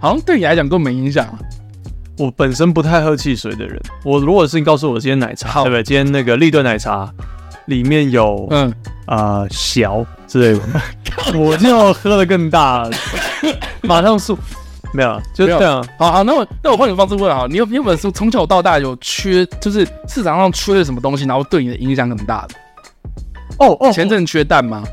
[SPEAKER 2] 好像对你来讲都没影响啊。
[SPEAKER 3] 我本身不太喝汽水的人，我如果是你告诉我今天奶茶，
[SPEAKER 2] 好
[SPEAKER 3] 对不对？今天那个立顿奶茶里面有
[SPEAKER 2] 嗯，
[SPEAKER 3] 啊小之 类的，我就喝的更大了，马上速没有啊，就
[SPEAKER 2] 没有
[SPEAKER 3] 这样啊。
[SPEAKER 2] 好好，那我那我换个方式问啊，你有你有本书从小到大有缺，就是市场上缺了什么东西，然后对你的影响很大的？
[SPEAKER 3] 哦哦，
[SPEAKER 2] 前阵缺蛋吗？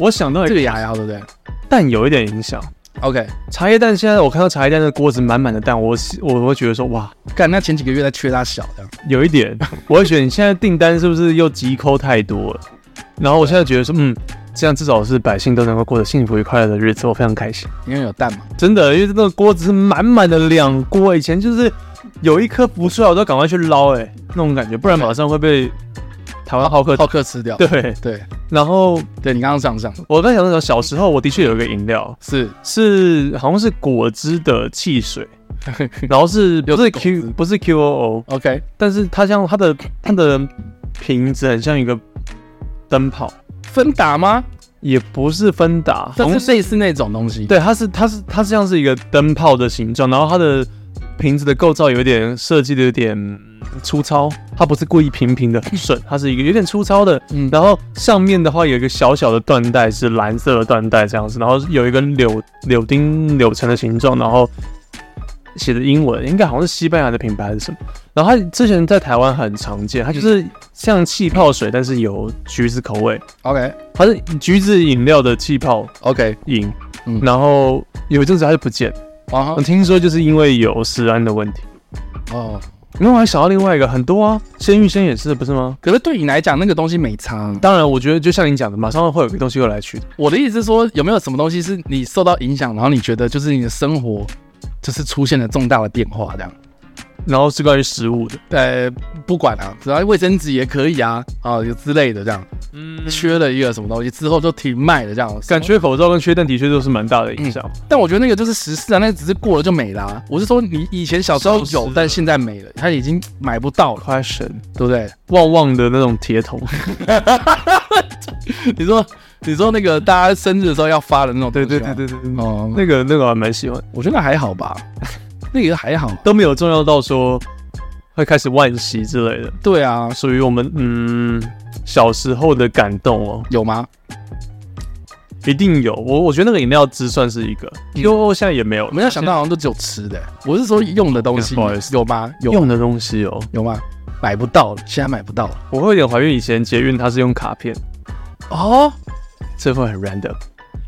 [SPEAKER 3] 我想到一
[SPEAKER 2] 这
[SPEAKER 3] 个
[SPEAKER 2] 个也还好，对不对
[SPEAKER 3] 蛋有一点影响，
[SPEAKER 2] ？OK，
[SPEAKER 3] 茶叶蛋现在我看到茶叶蛋的锅子满满的蛋，我是我会觉得说哇，
[SPEAKER 2] 干那前几个月在缺它小的，
[SPEAKER 3] 有一点， 我会觉得你现在订单是不是又急扣太多了？然后我现在觉得说，嗯，这样至少是百姓都能够过得幸福与快乐的日子，我非常开心。
[SPEAKER 2] 因为有蛋嘛。
[SPEAKER 3] 真的，因为这个锅子是满满的两锅，以前就是有一颗浮出来，我都赶快去捞，哎，那种感觉，不然马上会被台湾浩 克。
[SPEAKER 2] 浩克吃掉。
[SPEAKER 3] 对，
[SPEAKER 2] 对
[SPEAKER 3] 然后
[SPEAKER 2] 对，你刚刚想想
[SPEAKER 3] 我刚想到小时候，我的确有一个饮料
[SPEAKER 2] 是
[SPEAKER 3] 是好像是果汁的汽 水，然后是不
[SPEAKER 2] 又
[SPEAKER 3] 是
[SPEAKER 2] 是果
[SPEAKER 3] Q
[SPEAKER 2] 汁
[SPEAKER 3] 不是 QOO，
[SPEAKER 2] OK，
[SPEAKER 3] 但是它像它的它的瓶子很像一个灯泡，
[SPEAKER 2] 芬达吗？
[SPEAKER 3] 也不是芬达，好
[SPEAKER 2] 但
[SPEAKER 3] 像
[SPEAKER 2] 是类似那种东西。
[SPEAKER 3] 对，它是它是它像是一个灯泡的形状，然后它的瓶子的构造有点设计的有点嗯粗糙，它不是故意平平的很顺，它是一个有点粗糙的，
[SPEAKER 2] 嗯
[SPEAKER 3] 然后上面的话有一个小小的缎带是蓝色的缎带这样子，然后有一根柳柳丁柳橙的形状，然后写的英文，应该好像是西班牙的品牌还是什么。然后它之前在台湾很常见，它就是像气泡水，但是有橘子口味，
[SPEAKER 2] ，OK
[SPEAKER 3] 它是橘子饮料的气泡
[SPEAKER 2] OK，
[SPEAKER 3] 饮。
[SPEAKER 2] 嗯
[SPEAKER 3] 然后有一阵子它就不见，
[SPEAKER 2] 啊哈
[SPEAKER 3] 我听说就是因为有食安的问题。
[SPEAKER 2] 哦，
[SPEAKER 3] 然后我还想到另外一个很多啊，鲜芋仙也是不是吗？
[SPEAKER 2] 可是对你来讲那个东西没差啊。
[SPEAKER 3] 当然，我觉得就像你讲的，马上会有一个东西会来取代
[SPEAKER 2] 我的意思是说，有没有什么东西是你受到影响，然后你觉得就是你的生活就是出现了重大的变化这样？
[SPEAKER 3] 然后是关于食物的，
[SPEAKER 2] 呃，不管啊，只要卫生纸也可以啊，啊有之类的这样，
[SPEAKER 3] 嗯，
[SPEAKER 2] 缺了一个什么东西之后就停卖了这样，
[SPEAKER 3] 感。缺口罩跟缺蛋的确都是蛮大的影响。
[SPEAKER 2] 但我觉得那个就是时事啊，那个只是过了就没啦、我是说你以前小时候
[SPEAKER 3] 消失
[SPEAKER 2] 有
[SPEAKER 3] 了，
[SPEAKER 2] 但现在没了，它已经买不到了，
[SPEAKER 3] Question，
[SPEAKER 2] 对不对？
[SPEAKER 3] 旺旺的那种铁桶，
[SPEAKER 2] 你说你说那个大家生日的时候要发的那种， 啊
[SPEAKER 3] 对对对，对对对，
[SPEAKER 2] 哦，那
[SPEAKER 3] 那个那个我还蛮喜欢，
[SPEAKER 2] 我觉得还好 吧，那个还好，
[SPEAKER 3] 都没有重要到说会开始惋惜之类的，
[SPEAKER 2] 对啊，
[SPEAKER 3] 属于我们嗯小时候的感动哦。
[SPEAKER 2] 有吗？
[SPEAKER 3] 一定有，我我觉得那个饮料汁算是一个，QO 现在也没有，
[SPEAKER 2] 嗯我没有想到好像都只有吃的、我是说用的东西，
[SPEAKER 3] 哎不好意思
[SPEAKER 2] 有吗？有
[SPEAKER 3] 用的东西哦。
[SPEAKER 2] 有吗？买不到了，现在买不到了。
[SPEAKER 3] 我会有点怀念以前捷运它是用卡片，
[SPEAKER 2] 哦，
[SPEAKER 3] 这会很 random。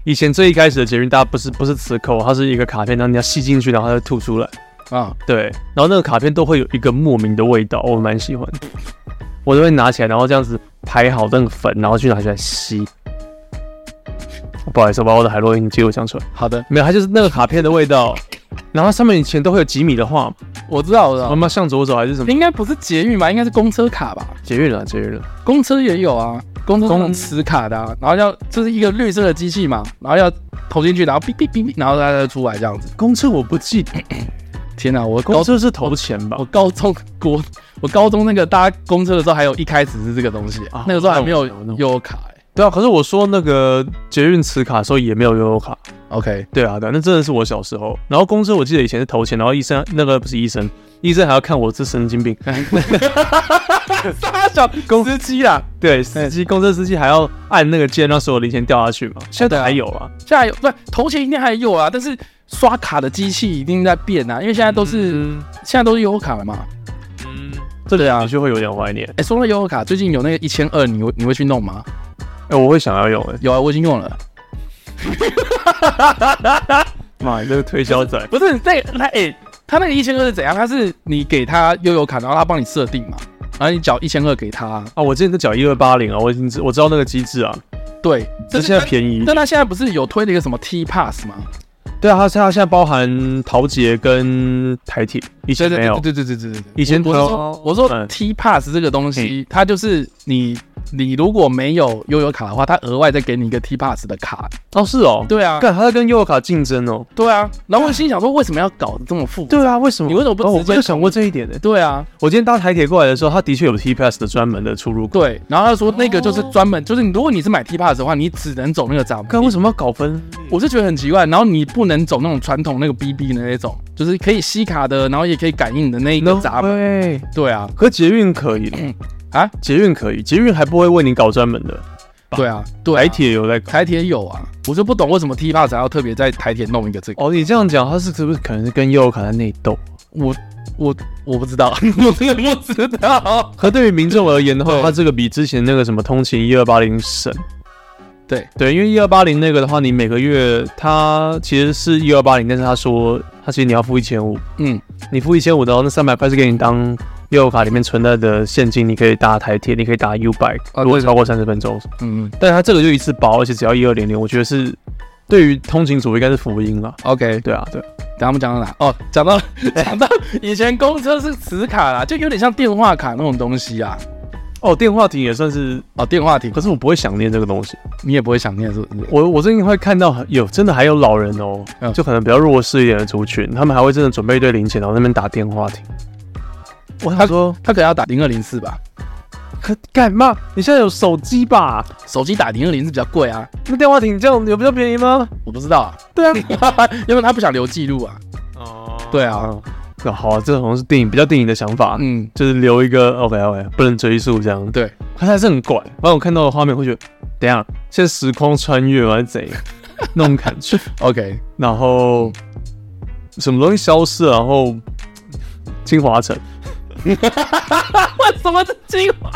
[SPEAKER 3] 以前最一开始的捷运，大家不是不是磁扣，它是一个卡片，然后你要吸进去，然后它就吐出来。
[SPEAKER 2] 啊，
[SPEAKER 3] 对，然后那个卡片都会有一个莫名的味道，我蛮喜欢的。我都会拿起来，然后这样子排好那个粉，然后去拿起来吸。不好意思，我把我的海洛因记录讲出来。
[SPEAKER 2] 好的，
[SPEAKER 3] 没有，它就是那个卡片的味道。然后上面以前都会有几米的画嘛，
[SPEAKER 2] 我知道了
[SPEAKER 3] 我。们向左走还是什么？
[SPEAKER 2] 应该不是捷运吧？应该是公车卡吧？
[SPEAKER 3] 捷运了，捷运了。
[SPEAKER 2] 公车也有啊，公车是那种磁卡的、啊，然后要就是一个绿色的机器嘛，然后要投进去，然后哔哔哔哔，然后它再出来这样子。
[SPEAKER 3] 哎公车我不记得，
[SPEAKER 2] 天哪、我高
[SPEAKER 3] 公
[SPEAKER 2] 中
[SPEAKER 3] 车是投钱吧
[SPEAKER 2] 我？高中国我高中那个搭公车的时候，还有一开始是这个东西，
[SPEAKER 3] 啊
[SPEAKER 2] 那个时候还没有
[SPEAKER 3] 那我懂我懂
[SPEAKER 2] 悠游卡、欸。
[SPEAKER 3] 对啊，可是我说那个捷运磁卡的时候也没有悠游卡。
[SPEAKER 2] OK，
[SPEAKER 3] 对啊，对啊，那真的是我小时候。然后公车我记得以前是投钱，然后医生那个不是医生，医生还要看我是神经病。
[SPEAKER 2] 大小
[SPEAKER 3] 公
[SPEAKER 2] 司机啦，
[SPEAKER 3] 啊对，司机公车司机还要按那个键让所有零钱掉下去嘛。现在
[SPEAKER 2] 对
[SPEAKER 3] 都
[SPEAKER 2] 啊
[SPEAKER 3] 还有啊，
[SPEAKER 2] 现在有不投钱一定还有啊，但是刷卡的机器一定在变啊，因为现在都是、
[SPEAKER 3] 嗯
[SPEAKER 2] 现在都是悠游卡了嘛。
[SPEAKER 3] 嗯，
[SPEAKER 2] 这里啊
[SPEAKER 3] 的，确会有点怀念。
[SPEAKER 2] 哎、说到悠游卡，最近有那个一千二，你会你会去弄吗？
[SPEAKER 3] 哎、我会想要用哎、
[SPEAKER 2] 有啊，我已经用了。
[SPEAKER 3] 妈，你这个推销仔，
[SPEAKER 2] 不是那那哎、他那个一千二是怎样？他是你给他悠游卡，然后他帮你设定嘛，然后你缴一千二给他。
[SPEAKER 3] 啊！我之前都缴一二八零啊，我已经知我知道那个机制啊，
[SPEAKER 2] 对，
[SPEAKER 3] 这
[SPEAKER 2] 但是
[SPEAKER 3] 现在便宜。
[SPEAKER 2] 但他现在不是有推了一个什么 T Pass 吗？
[SPEAKER 3] 对啊，它它现在包含桃捷跟台铁，以前没有。
[SPEAKER 2] 对对对对对对。
[SPEAKER 3] 以前
[SPEAKER 2] 我
[SPEAKER 3] 投
[SPEAKER 2] 我说我说
[SPEAKER 3] 嗯
[SPEAKER 2] T Pass 这个东西，它就是你你如果没有悠游卡的话，它额外再给你一个 T Pass 的卡。
[SPEAKER 3] 哦，是哦，
[SPEAKER 2] 对啊，
[SPEAKER 3] 干，他在跟悠游卡竞争哦。
[SPEAKER 2] 对啊。然后我心想说，为什么要搞得这么复杂？
[SPEAKER 3] 对啊，为什么？
[SPEAKER 2] 你为什么不
[SPEAKER 3] 哦我
[SPEAKER 2] 直接
[SPEAKER 3] 没有想过这一点呢？
[SPEAKER 2] 对啊，
[SPEAKER 3] 我今天搭台铁过来的时候，它的确有 T Pass 的专门的出入口。
[SPEAKER 2] 对。然后他说那个就是专门，就是你如果你是买 T Pass 的话，你只能走那个闸门。
[SPEAKER 3] 干，为什么要搞分？
[SPEAKER 2] 我是觉得很奇怪，然后你不能走那种传统那个 BB 的那种，就是可以吸卡的，然后也可以感应的那一个闸门。
[SPEAKER 3] 对，
[SPEAKER 2] 对啊，
[SPEAKER 3] 可捷运可以了
[SPEAKER 2] 啊？
[SPEAKER 3] 捷运可以，捷运还不会为你搞专门的，
[SPEAKER 2] 对啊，对啊
[SPEAKER 3] 台铁有在搞。
[SPEAKER 2] 台铁有啊，我就不懂为什么 T Pass 还要特别在台铁弄一个这个，
[SPEAKER 3] 哦，你这样讲，它是是不是可能是跟悠游卡在内斗？
[SPEAKER 2] 我我我不知道， 我真的不知道。
[SPEAKER 3] 可对于民众而言的话，
[SPEAKER 2] 对
[SPEAKER 3] 它这个比之前那个什么通勤一二八零省。
[SPEAKER 2] 对
[SPEAKER 3] 对，因为一二八零那个的话，你每个月它其实是一二八零，但是他说他其实你要付一千五，
[SPEAKER 2] 嗯，
[SPEAKER 3] 你付一千五的话，那三百块是给你当悠游卡里面存在的现金，你可以搭台铁，你可以搭 U bike，
[SPEAKER 2] 啊
[SPEAKER 3] 如果
[SPEAKER 2] 对
[SPEAKER 3] 超过三十分钟，
[SPEAKER 2] 嗯
[SPEAKER 3] 但它这个就一次包，而且只要一二零零，我觉得是对于通勤族应该是福音了。
[SPEAKER 2] ，OK，
[SPEAKER 3] 对啊，对，
[SPEAKER 2] 等他们讲到哪？哦，讲到 讲到以前公车是磁卡啦，就有点像电话卡那种东西啊。
[SPEAKER 3] 哦，电话亭也算是，
[SPEAKER 2] 哦，电话亭
[SPEAKER 3] 可是我不会想念这个东西。
[SPEAKER 2] 你也不会想念是不是？
[SPEAKER 3] 我我最近会看到有真的还有老人哦
[SPEAKER 2] 嗯，
[SPEAKER 3] 就可能比较弱势一点的族群，他们还会真的准备一堆零钱，然后在那边打电话亭。我想说，
[SPEAKER 2] 他可能要打零二零四吧，
[SPEAKER 3] 可干嘛？你现在有手机吧？
[SPEAKER 2] 手机打零二零四比较贵啊，
[SPEAKER 3] 那电话亭这样有比较便宜吗？
[SPEAKER 2] 我不知道啊。
[SPEAKER 3] 对啊，
[SPEAKER 2] 因为他不想留记录啊。
[SPEAKER 3] 哦，
[SPEAKER 2] 对啊，
[SPEAKER 3] 那好啊，这好像是电影比较电影的想法，
[SPEAKER 2] 嗯，
[SPEAKER 3] 就是留一个 OK OK，不能追溯这样。
[SPEAKER 2] 对，
[SPEAKER 3] 可是还是很怪。反正我看到的画面会觉得，等一下现在时空穿越吗？还是怎样？那种感 觉。
[SPEAKER 2] ，OK，
[SPEAKER 3] 然后什么东西消失了，然后金华城，
[SPEAKER 2] 为什么是精华？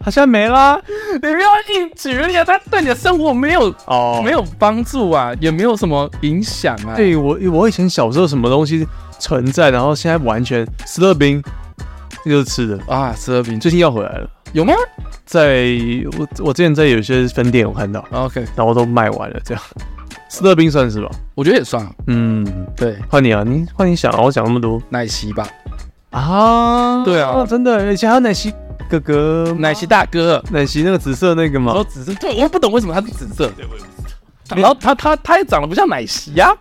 [SPEAKER 3] 它现在没啦。
[SPEAKER 2] 你不要硬举例啊，它对你的生活没有
[SPEAKER 3] 哦
[SPEAKER 2] 没有帮助啊，也没有什么影响啊。，
[SPEAKER 3] 对我我以前小时候什么东西存在，然后现在完全斯乐冰，这就是吃的。
[SPEAKER 2] 啊，十二饼
[SPEAKER 3] 最近要回来了，
[SPEAKER 2] 有吗
[SPEAKER 3] 在我我之前在有些分店有看到，
[SPEAKER 2] ？OK，
[SPEAKER 3] 然后都卖完了，这样。斯乐冰算是吧？
[SPEAKER 2] 我觉得也算了。
[SPEAKER 3] 嗯，
[SPEAKER 2] 对，
[SPEAKER 3] 换你啊，你换你想啊，我讲那么多
[SPEAKER 2] 奶昔吧，
[SPEAKER 3] 啊，
[SPEAKER 2] 对啊
[SPEAKER 3] 真的，而且还有奶昔哥哥，
[SPEAKER 2] 奶昔大哥。
[SPEAKER 3] 奶哦昔那个紫色那个
[SPEAKER 2] 我
[SPEAKER 3] 嘛
[SPEAKER 2] 说，紫色，对，我不懂为什么它是紫色的。然后它它它也长得不像奶昔呀、啊，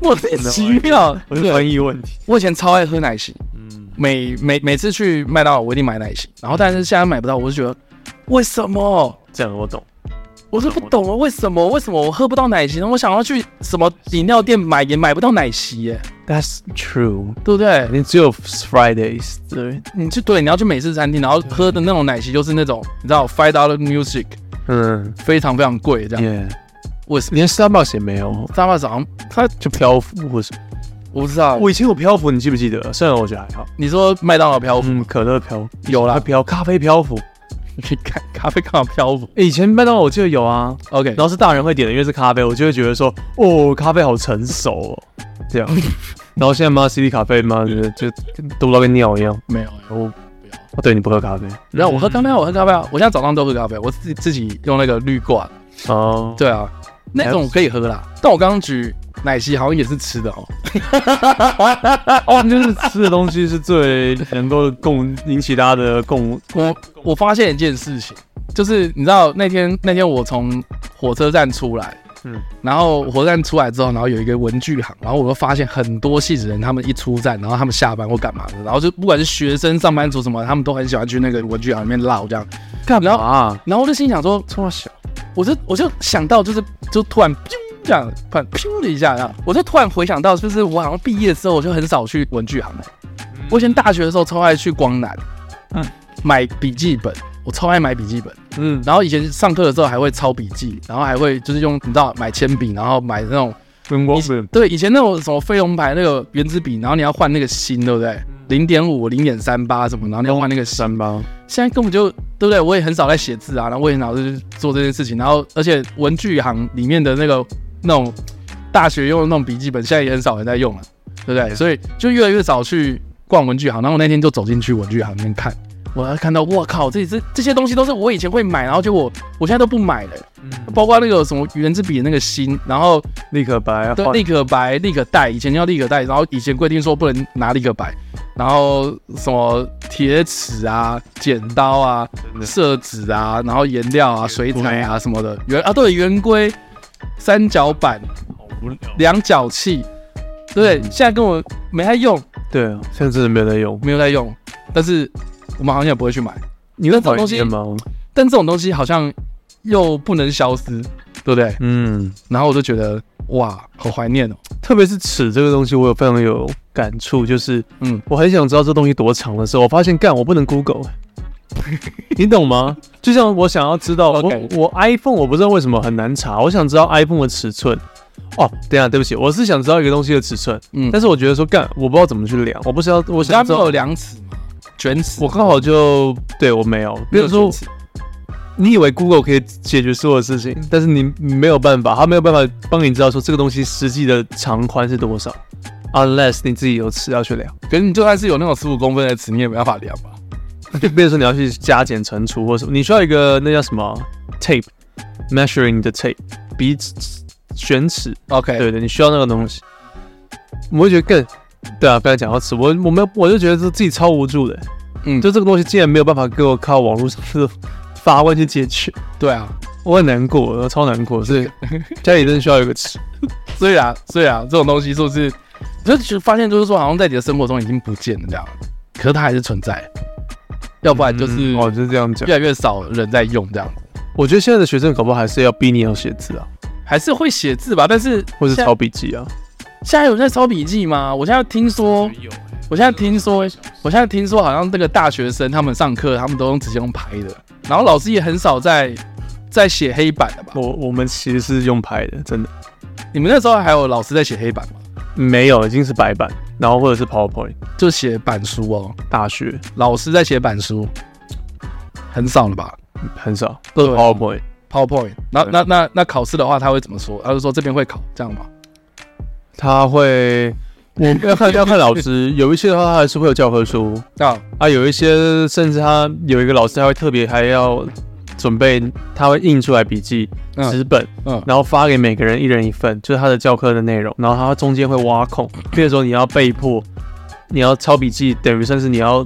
[SPEAKER 2] 莫名其妙。
[SPEAKER 3] 我是翻译问题。
[SPEAKER 2] 我以前超爱喝奶昔，每每每次去麦当劳我一定买奶昔，然后但是现在买不到，我就觉得为什么？
[SPEAKER 3] 这样我懂。
[SPEAKER 2] 我是不懂啊，为什么为什么我喝不到奶昔呢？我想要去什么饮料店买也买不到奶昔耶，
[SPEAKER 3] That's true。
[SPEAKER 2] 对不对？
[SPEAKER 3] 你只有 Fridays，对，
[SPEAKER 2] 你去对，你要去美式餐厅，然后喝的那种奶昔就是那种你知道 five dollar music
[SPEAKER 3] 嗯
[SPEAKER 2] 非常非常贵这样。
[SPEAKER 3] ，Yeah，
[SPEAKER 2] 我是
[SPEAKER 3] 连 Starbucks 也没有，
[SPEAKER 2] 大巴掌，他
[SPEAKER 3] 就漂浮或是。
[SPEAKER 2] 我不知道，
[SPEAKER 3] 我以前有漂浮，你记不记得？虽然我觉得还好。
[SPEAKER 2] 你说麦当劳漂浮、
[SPEAKER 3] 嗯，可乐漂
[SPEAKER 2] 有啦
[SPEAKER 3] 还，漂咖啡漂浮。
[SPEAKER 2] 你看咖啡干嘛漂浮
[SPEAKER 3] 欸以前麦当劳我记得有啊，
[SPEAKER 2] ？OK，
[SPEAKER 3] 然后是大人会点的，因为是咖啡，我就会觉得说，哦，咖啡好成熟哦，这 样。然后现在妈 CD 咖啡妈觉得就多到跟尿一样。
[SPEAKER 2] 没有，我
[SPEAKER 3] 哦，对，你不喝咖啡
[SPEAKER 2] 然后我喝咖啡啊，我喝咖啡啊，我现在早上都喝咖啡，我自己自己用那个滤挂，
[SPEAKER 3] 哦，
[SPEAKER 2] 对啊，那种可以喝啦。但我刚刚举奶昔好像也是吃的哦，
[SPEAKER 3] 哦，就是吃的东西是最能够共引起大家的共
[SPEAKER 2] 我我发现一件事情，就是你知道那天那天我从火车站出来，
[SPEAKER 3] 嗯
[SPEAKER 2] 然后火车站出来之后，然后有一个文具行，然后我就发现很多戏子人，他们一出站，然后他们下班或干嘛的，然后就不管是学生、上班族什么，他们都很喜欢去那个文具行里面唠这样。
[SPEAKER 3] 干
[SPEAKER 2] 然
[SPEAKER 3] 嘛？啊
[SPEAKER 2] 然后我就心想说，
[SPEAKER 3] 这么小，
[SPEAKER 2] 我就我就想到就是就突然砰这样，突然砰的一下，然后我就突然回想到，就是我好像毕业之后我就很少去文具行了、我以前大学的时候超爱去光南，
[SPEAKER 3] 嗯
[SPEAKER 2] 嗯，买笔记本，我超爱买笔记本。
[SPEAKER 3] 嗯，
[SPEAKER 2] 然后以前上课的时候还会抄笔记，然后还会就是用你知道买铅笔，然后买那种
[SPEAKER 3] 跟我们
[SPEAKER 2] 对以前那种什么飞龙牌那个圆珠笔，然后你要换那个芯，对不对？零点五、零点三八什么，然后你要换那个芯。
[SPEAKER 3] 三八，
[SPEAKER 2] 现在根本就对不对？我也很少在写字啊，然后我也很少就是做这件事情。然后而且文具行里面的那个那种大学用的那种笔记本，现在也很少人在用了、对不对？所以就越来越少去逛文具行。然后我那天就走进去文具行里面看，我还看到我靠，这这这些东西都是我以前会买，然后结果我现在都不买了、包括那个什么圆珠笔的那个芯，然后
[SPEAKER 3] 立刻白
[SPEAKER 2] 对，
[SPEAKER 3] 换
[SPEAKER 2] 立可白、立可带，以前叫立可带，然后以前规定说不能拿立可白，然后什么铁尺啊、剪刀啊、色纸啊，然后颜料啊、水彩啊什么的，圆啊对，圆规、三角板、量角器，
[SPEAKER 3] 嗯
[SPEAKER 2] 对，现在跟我没在用，
[SPEAKER 3] 对，现在真的没有在用。
[SPEAKER 2] 没有在用，但是我们好像也不会去买，
[SPEAKER 3] 你在
[SPEAKER 2] 讨
[SPEAKER 3] 讨
[SPEAKER 2] 厌
[SPEAKER 3] 厌吗？
[SPEAKER 2] 但这种东西好像又不能消失，对不对？
[SPEAKER 3] 嗯，
[SPEAKER 2] 然后我就觉得哇，好怀念哦，
[SPEAKER 3] 特别是尺这个东西，我有非常有感触，就是
[SPEAKER 2] 嗯，
[SPEAKER 3] 我很想知道这东西多长的时候，我发现干我不能 Google，你懂吗？就像我想要知道
[SPEAKER 2] OK
[SPEAKER 3] 我我 iPhone 我不知道为什么很难查，我想知道 iPhone 的尺寸。哦，等一下，对不起，我是想知道一个东西的尺寸，
[SPEAKER 2] 嗯，
[SPEAKER 3] 但是我觉得说干我不知道怎么去量，我不知道我
[SPEAKER 2] 我家
[SPEAKER 3] 想
[SPEAKER 2] 没
[SPEAKER 3] 知道
[SPEAKER 2] 有，量尺嘛，卷尺，
[SPEAKER 3] 我刚好就对我没有，比如说你以为 Google 可以解决所有事情，但是你你没有办法，它没有办法帮你知道说这个东西实际的长宽是多少，unless 你自己有尺要去量，
[SPEAKER 2] 可是你就算是有那种十五公分的尺，你也没办法量吧？
[SPEAKER 3] 就比如说你要去加减乘除或什么，你需要一个那叫什么啊 tape measuring 的 tape 鼻子选尺，
[SPEAKER 2] OK，
[SPEAKER 3] 对对，你需要那个东西，我会觉得更。对啊，不要讲到尺，我我没有，我就觉得是自己超无助的，
[SPEAKER 2] 嗯，
[SPEAKER 3] 就
[SPEAKER 2] 就
[SPEAKER 3] 这个东西竟然没有办法给我靠网络上的发问去解决，
[SPEAKER 2] 对啊，
[SPEAKER 3] 我很难过，我超难过， 所以家里真的需要有一个尺。
[SPEAKER 2] 所以啊，所以啊，这种东西是不是就就发现就是说，好像在你的生活中已经不见了这样，可是它还是存在，要不然就是
[SPEAKER 3] 嗯哦，就是这样讲
[SPEAKER 2] 越。来越少人在用这样，
[SPEAKER 3] 我觉得现在的学生搞不好还是要逼你要写字啊，
[SPEAKER 2] 还是会写字吧？但是
[SPEAKER 3] 或是
[SPEAKER 2] 现在
[SPEAKER 3] 抄笔记啊。
[SPEAKER 2] 现在有在抄笔记吗？我现在听说，我现在听说，我现在听说好像这个大学生他们上课他们都用直接用拍的，然后老师也很少在在写黑板的吧？
[SPEAKER 3] 我我们其实是用拍的，真的
[SPEAKER 2] 你们那时候还有老师在写黑板吗？
[SPEAKER 3] 没有，已经是白板，然后或者是 PowerPoint。
[SPEAKER 2] 就写板书哦，
[SPEAKER 3] 大学
[SPEAKER 2] 老师在写板书，很少了吧
[SPEAKER 3] 很少都是
[SPEAKER 2] 对
[SPEAKER 3] PowerPoint，
[SPEAKER 2] ？PowerPoint，那那那那考试的话，他会怎么说？他就说这边会考，这样吗？
[SPEAKER 3] 他会我 要看要看老师，有一些的话他还是会有教科书
[SPEAKER 2] 啊，
[SPEAKER 3] 啊，有一些甚至他有一个老师他会特别还要准备，他会印出来笔记
[SPEAKER 2] 嗯
[SPEAKER 3] 纸本，
[SPEAKER 2] 嗯
[SPEAKER 3] 然后发给每个人一人一份，就是他的教科的内容。然后他中间会挖空，比如说你要被迫，你要抄笔记，等于算是你要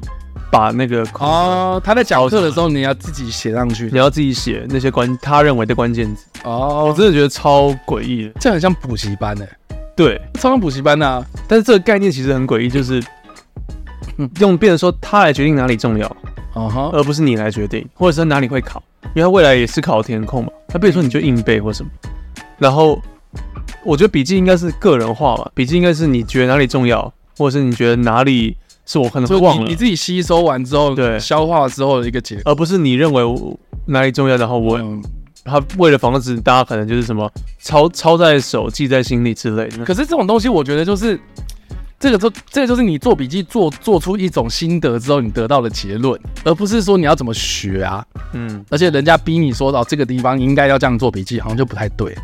[SPEAKER 3] 把那个空
[SPEAKER 2] 哦，他在讲课的时候，你要自己写上去
[SPEAKER 3] 你。要自己写那些关他认为的关键字。我
[SPEAKER 2] 哦，这
[SPEAKER 3] 真的觉得超诡异的。
[SPEAKER 2] 这很像补习班哎、
[SPEAKER 3] 对，
[SPEAKER 2] 超像补习班啊呐、
[SPEAKER 3] 但是这个概念其实很诡异，就是嗯用变成说他来决定哪里重要，
[SPEAKER 2] 哦哈，
[SPEAKER 3] 而不是你来决定，或者是哪里会考，因为他未来也是考填空嘛。他比如说你就硬背或什么，然后我觉得笔记应该是个人化嘛，笔记应该是你觉得哪里重要，或者是你觉得哪里是我可
[SPEAKER 2] 就
[SPEAKER 3] 能忘
[SPEAKER 2] 你
[SPEAKER 3] 了
[SPEAKER 2] 你，自己吸收完之后，
[SPEAKER 3] 对
[SPEAKER 2] 消化之后的一个结果。
[SPEAKER 3] 而不是你认为我哪里重要，然后我
[SPEAKER 2] 嗯，
[SPEAKER 3] 他为了防止大家可能就是什么抄抄在手、记在心里之类的。
[SPEAKER 2] 可是这种东西，我觉得就是这个就这个就是你做笔记做做出一种心得之后，你得到的结论，而不是说你要怎么学啊。
[SPEAKER 3] 嗯，
[SPEAKER 2] 而且人家逼你说到哦这个地方应该要这样做笔记，好像就不太对。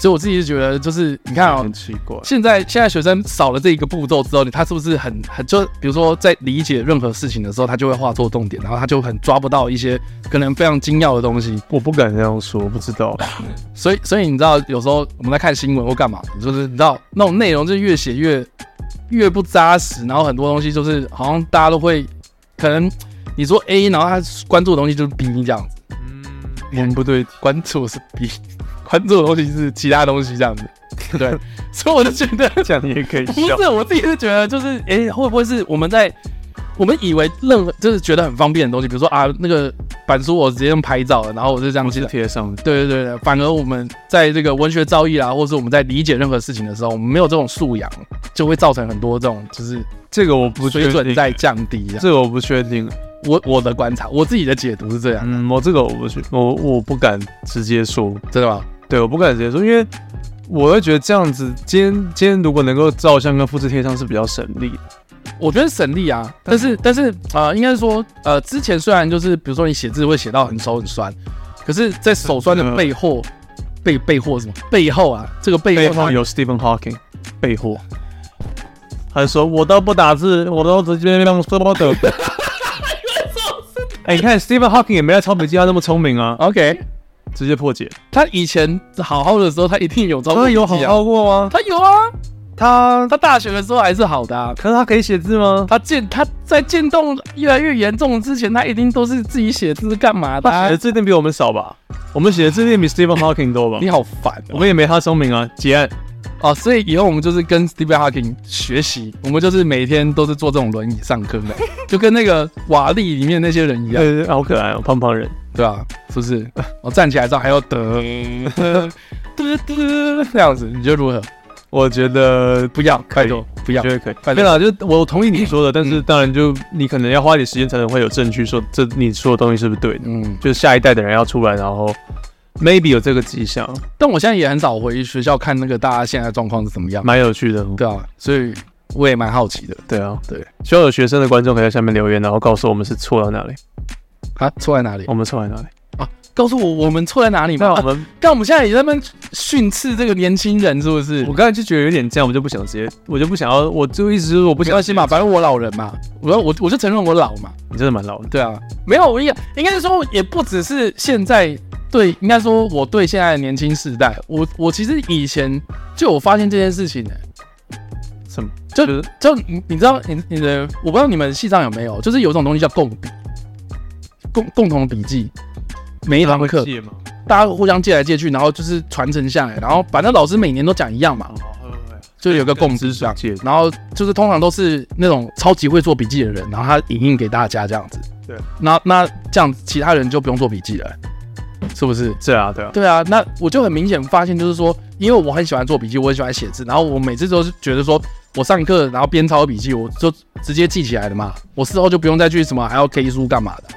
[SPEAKER 2] 所以我自己就觉得，就是你看哦
[SPEAKER 3] 很，奇怪。
[SPEAKER 2] 现在现在学生少了这一个步骤之后，你他是不是很很就比如说在理解任何事情的时候，他就会画错重点，然后他就很抓不到一些可能非常精要的东西。
[SPEAKER 3] 我不敢这样说，我不知道。
[SPEAKER 2] 所以所以你知道，有时候我们在看新闻或干嘛，就是你知道那种内容就越写越越不扎实，然后很多东西就是好像大家都会可能你说嗯 A，然后他关注的东西就是 B 这样子，
[SPEAKER 3] 我们不对，
[SPEAKER 2] 关注是 B。 关注的东西是其他东西这样子。 对，所以我就觉得
[SPEAKER 3] 这样你也可以
[SPEAKER 2] 不
[SPEAKER 3] 笑。
[SPEAKER 2] 是，我自己是觉得就是，诶，会不会是我们在我们以为任何就是觉得很方便的东西，比如说啊，那个板书我直接用拍照的，然后我就这样
[SPEAKER 3] 哦是啊
[SPEAKER 2] 记
[SPEAKER 3] 贴上的，
[SPEAKER 2] 对对对对，反而我们在这个文学造诣啦，啊或者是我们在理解任何事情的时候，我们没有这种素养，就会造成很多这种就是
[SPEAKER 3] 这个我不
[SPEAKER 2] 水
[SPEAKER 3] 确
[SPEAKER 2] 准
[SPEAKER 3] 定，
[SPEAKER 2] 在降低啊。
[SPEAKER 3] 这个我不确定。
[SPEAKER 2] 我我的观察，我自己的解读是这样，
[SPEAKER 3] 嗯，我这个我不确，我我不敢直接说，
[SPEAKER 2] 真的吗？
[SPEAKER 3] 对，我不敢直接说，因为我会觉得这样子，今天今天如果能够照相跟复制贴上是比较省力的。
[SPEAKER 2] 我觉得省力啊，但是但是呃，应该是说呃，之前虽然就是比如说你写字会写到很手很酸，可是，在手酸的背后，背背后是什么？背后啊，这个背
[SPEAKER 3] 嗯背
[SPEAKER 2] 后
[SPEAKER 3] 后
[SPEAKER 2] 它
[SPEAKER 3] 有 Stephen Hawking，备货。他就说：“我都不打字，我都直接用说的。 哎，你看 Stephen Hawking 也没在抄笔记，他那么聪明啊，
[SPEAKER 2] OK，
[SPEAKER 3] 直接破解。
[SPEAKER 2] 他以前好好的时候，他一定有招，
[SPEAKER 3] 他有好好，过吗？
[SPEAKER 2] 他有啊，
[SPEAKER 3] 他
[SPEAKER 2] 他大学的时候还是好的、啊。
[SPEAKER 3] 可是他可以写字吗？
[SPEAKER 2] 他渐他在渐冻越来越严重之前，他一定都是自己写字干嘛的、
[SPEAKER 3] 他
[SPEAKER 2] 啊
[SPEAKER 3] 写的？字一定比我们少吧？我们写的字一定比 Stephen Hawking 多吧
[SPEAKER 2] 你？好烦
[SPEAKER 3] 我
[SPEAKER 2] 哦、
[SPEAKER 3] 们也没他聪明啊。结案，
[SPEAKER 2] 哦！所以以后我们就是跟 Stephen Hawking 学习，我们就是每天都是坐这种轮椅上课的，就跟那个瓦力里面那些人一样，
[SPEAKER 3] 呃，好可爱哦，胖胖人。
[SPEAKER 2] 对吧、是不是？我、站起来之后还要得得得这样子，你觉得如何？
[SPEAKER 3] 我觉得
[SPEAKER 2] 不要，
[SPEAKER 3] 可以
[SPEAKER 2] 拜托，不要
[SPEAKER 3] 觉。得可以。
[SPEAKER 2] 反
[SPEAKER 3] 对
[SPEAKER 2] 正
[SPEAKER 3] 啦，就我同意你说的，但是当然就你可能要花一点时间才能会有证据说这你说的东西是不是对的。
[SPEAKER 2] 嗯，
[SPEAKER 3] 就是下一代的人要出来，然后 maybe 有这个迹象，
[SPEAKER 2] 但我现在也很少回学校看那个大家现在的状况是怎么样，
[SPEAKER 3] 蛮有趣的。
[SPEAKER 2] 对啊，所以我也蛮好奇的
[SPEAKER 3] 嗯对啊，
[SPEAKER 2] 对，
[SPEAKER 3] 希望有学生的观众可以在下面留言，然后告诉我们是错到哪里，
[SPEAKER 2] 啊，错在哪里？
[SPEAKER 3] 我们错在哪里。
[SPEAKER 2] 告诉我我们错在哪里
[SPEAKER 3] 那
[SPEAKER 2] 吗？
[SPEAKER 3] 哦我
[SPEAKER 2] 啊
[SPEAKER 3] 们，
[SPEAKER 2] 但我们现在也在那边训斥这个年轻人，是不是
[SPEAKER 3] 我？刚才就觉得有点这样，我就不想直接，我就不想要，我就一直我不
[SPEAKER 2] 没
[SPEAKER 3] 想
[SPEAKER 2] 关系嘛，，反正我老人嘛，我要我我就承认我老嘛，
[SPEAKER 3] 你真的蛮老的。
[SPEAKER 2] 对啊，没有，我应该应该是说也不只是现在对，应该说我对现在的年轻世代，我我其实以前就有发现这件事情的、
[SPEAKER 3] 什么？
[SPEAKER 2] 就
[SPEAKER 3] 就是
[SPEAKER 2] 就你你知道你你的，我不知道你们系上有没有，就是有一种东西叫共笔，共共同笔记，每一堂课
[SPEAKER 3] 借吗？
[SPEAKER 2] 大家互相借来借去，然后就是传承下来，然后反正老师每年都讲一样嘛，就有个共知这样
[SPEAKER 3] 借，
[SPEAKER 2] 然后就是通常都是那种超级会做笔记的人，然后他影印给大家这样子。
[SPEAKER 3] 对，
[SPEAKER 2] 那那这样其他人就不用做笔记了，是不是？
[SPEAKER 3] 是啊，对啊，
[SPEAKER 2] 对啊，那我就很明显发现，就是说，因为我很喜欢做笔记，我很喜欢写字，然后我每次都是觉得说，我上课然后边抄笔记，我就直接记起来了嘛，我事后就不用再去什么还要 K 书干嘛的。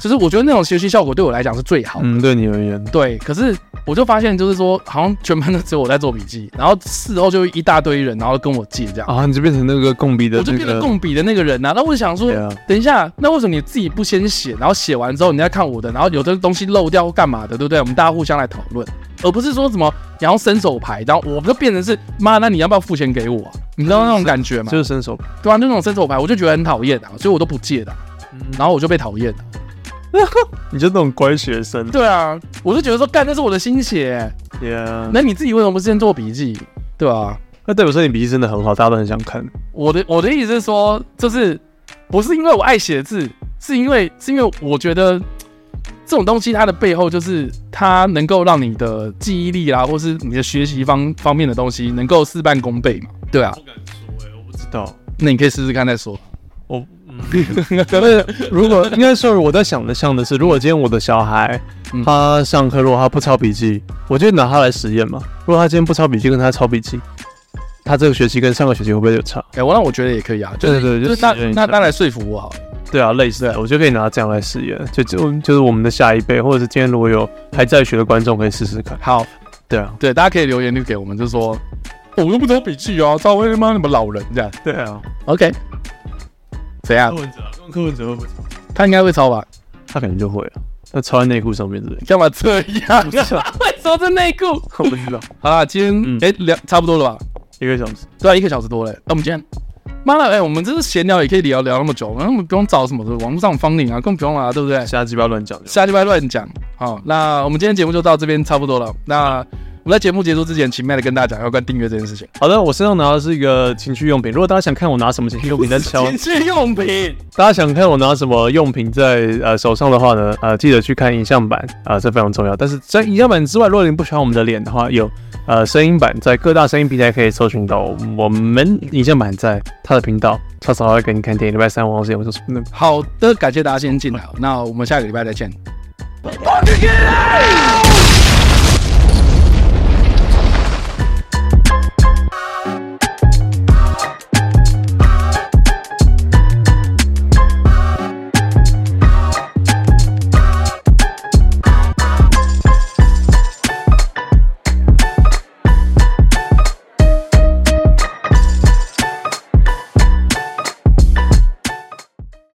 [SPEAKER 2] 就是我觉得那种学习效果对我来讲是最好的。
[SPEAKER 3] 嗯，对你而言，
[SPEAKER 2] 对，可是我就发现，就是说，好像全班都只有我在做笔记，然后事后就一大堆人，然后跟我借这样。
[SPEAKER 3] 啊，你就变成那个共笔的
[SPEAKER 2] 我就
[SPEAKER 3] 那
[SPEAKER 2] 变成
[SPEAKER 3] 个，
[SPEAKER 2] 共笔的那个人呐、啊。那我就想说
[SPEAKER 3] 对啊，
[SPEAKER 2] 等一下，那为什么你自己不先写，然后写完之后你再看我的，然后有的东西漏掉或干嘛的，对不对？我们大家互相来讨论，而不是说什么你要伸手牌，然后我就变成是妈，那你要不要付钱给我啊、你知道那种感觉吗？
[SPEAKER 3] 就是伸手。
[SPEAKER 2] 对啊，那种伸手牌我就觉得很讨厌啊，所以我都不借的啊、
[SPEAKER 3] 嗯
[SPEAKER 2] 然后我就被讨厌了。
[SPEAKER 3] 你就那种乖学生，
[SPEAKER 2] 对啊，我就觉得说干，那是我的心血欸、
[SPEAKER 3] 对啊，
[SPEAKER 2] 那你自己为什么不先做笔记？对啊，
[SPEAKER 3] 那代表说你笔记真的很好，大家都很想看。
[SPEAKER 2] 我的我的意思是说，就是不是因为我爱写字，是因为是因为我觉得这种东西它的背后就是它能够让你的记忆力啦，啊或是你的学习方方面的东西能够事半功倍嘛。对啊，
[SPEAKER 3] 知道，哦嗯
[SPEAKER 2] 那你可以试试看再说。
[SPEAKER 3] 我， 可是如果应该说我在想的像的是，如果今天我的小孩
[SPEAKER 2] 嗯
[SPEAKER 3] 他上课如果他不抄笔记，我就拿他来实验嘛。如果他今天不抄笔记，跟他抄笔记，他这个学期跟上个学期会不会有差？
[SPEAKER 2] 哎、我那我觉得也可以啊，就
[SPEAKER 3] 对
[SPEAKER 2] 是
[SPEAKER 3] 对对，
[SPEAKER 2] 就是
[SPEAKER 3] 那
[SPEAKER 2] 那那当然说服我好了。
[SPEAKER 3] 对啊，类似的，我就可以拿这样来实验，就就就是我们的下一辈，或者是今天如果有还在学的观众可以试试看。
[SPEAKER 2] 好，
[SPEAKER 3] 对啊，
[SPEAKER 2] 对，大家可以留言就给我们，就说、哦我又不抄笔记啊，抄他妈你们老人这样。
[SPEAKER 3] 对啊，
[SPEAKER 2] OK，怎样？
[SPEAKER 3] 文哲，啊柯文哲会不会？
[SPEAKER 2] 他应该会抄吧？
[SPEAKER 3] 他肯定就会啊，他抄在内裤上面之类的。
[SPEAKER 2] 干嘛这样 啊？为什么这内裤？
[SPEAKER 3] 我不知道，
[SPEAKER 2] 好啦，今
[SPEAKER 3] 嗯
[SPEAKER 2] 天哎聊、差不多了吧？
[SPEAKER 3] 一个小时。
[SPEAKER 2] 对啊，一个小时多嘞。那、我们今天，妈的，哎、我们这是闲聊也可以聊聊那么久，那我们不用找什么网络上方领啊，更不用啦、对不对？
[SPEAKER 3] 瞎鸡巴乱讲就好。
[SPEAKER 2] 下礼拜乱讲。好，那我们今天节目就到这边差不多了。那我们在节目结束之前，请 Matt 跟大家讲有关订阅这件事情。
[SPEAKER 3] 好的，我身上拿的是一个情趣用品，如果大家想看我拿什么情趣用品在 敲，
[SPEAKER 2] 情趣用品，
[SPEAKER 3] 大家想看我拿什么用品在呃手上的话呢，呃，记得去看影像版啊、呃这非常重要。但是在影像版之外，如果你不喜欢我们的脸的话，有呃声音版，在各大声音平台可以搜寻到我们影像版在他的频道，他常会给你看电影。礼拜三晚上十点，我说那
[SPEAKER 2] 好的，感谢大家先进来，那我们下个礼拜再见。
[SPEAKER 1] Fucking get out!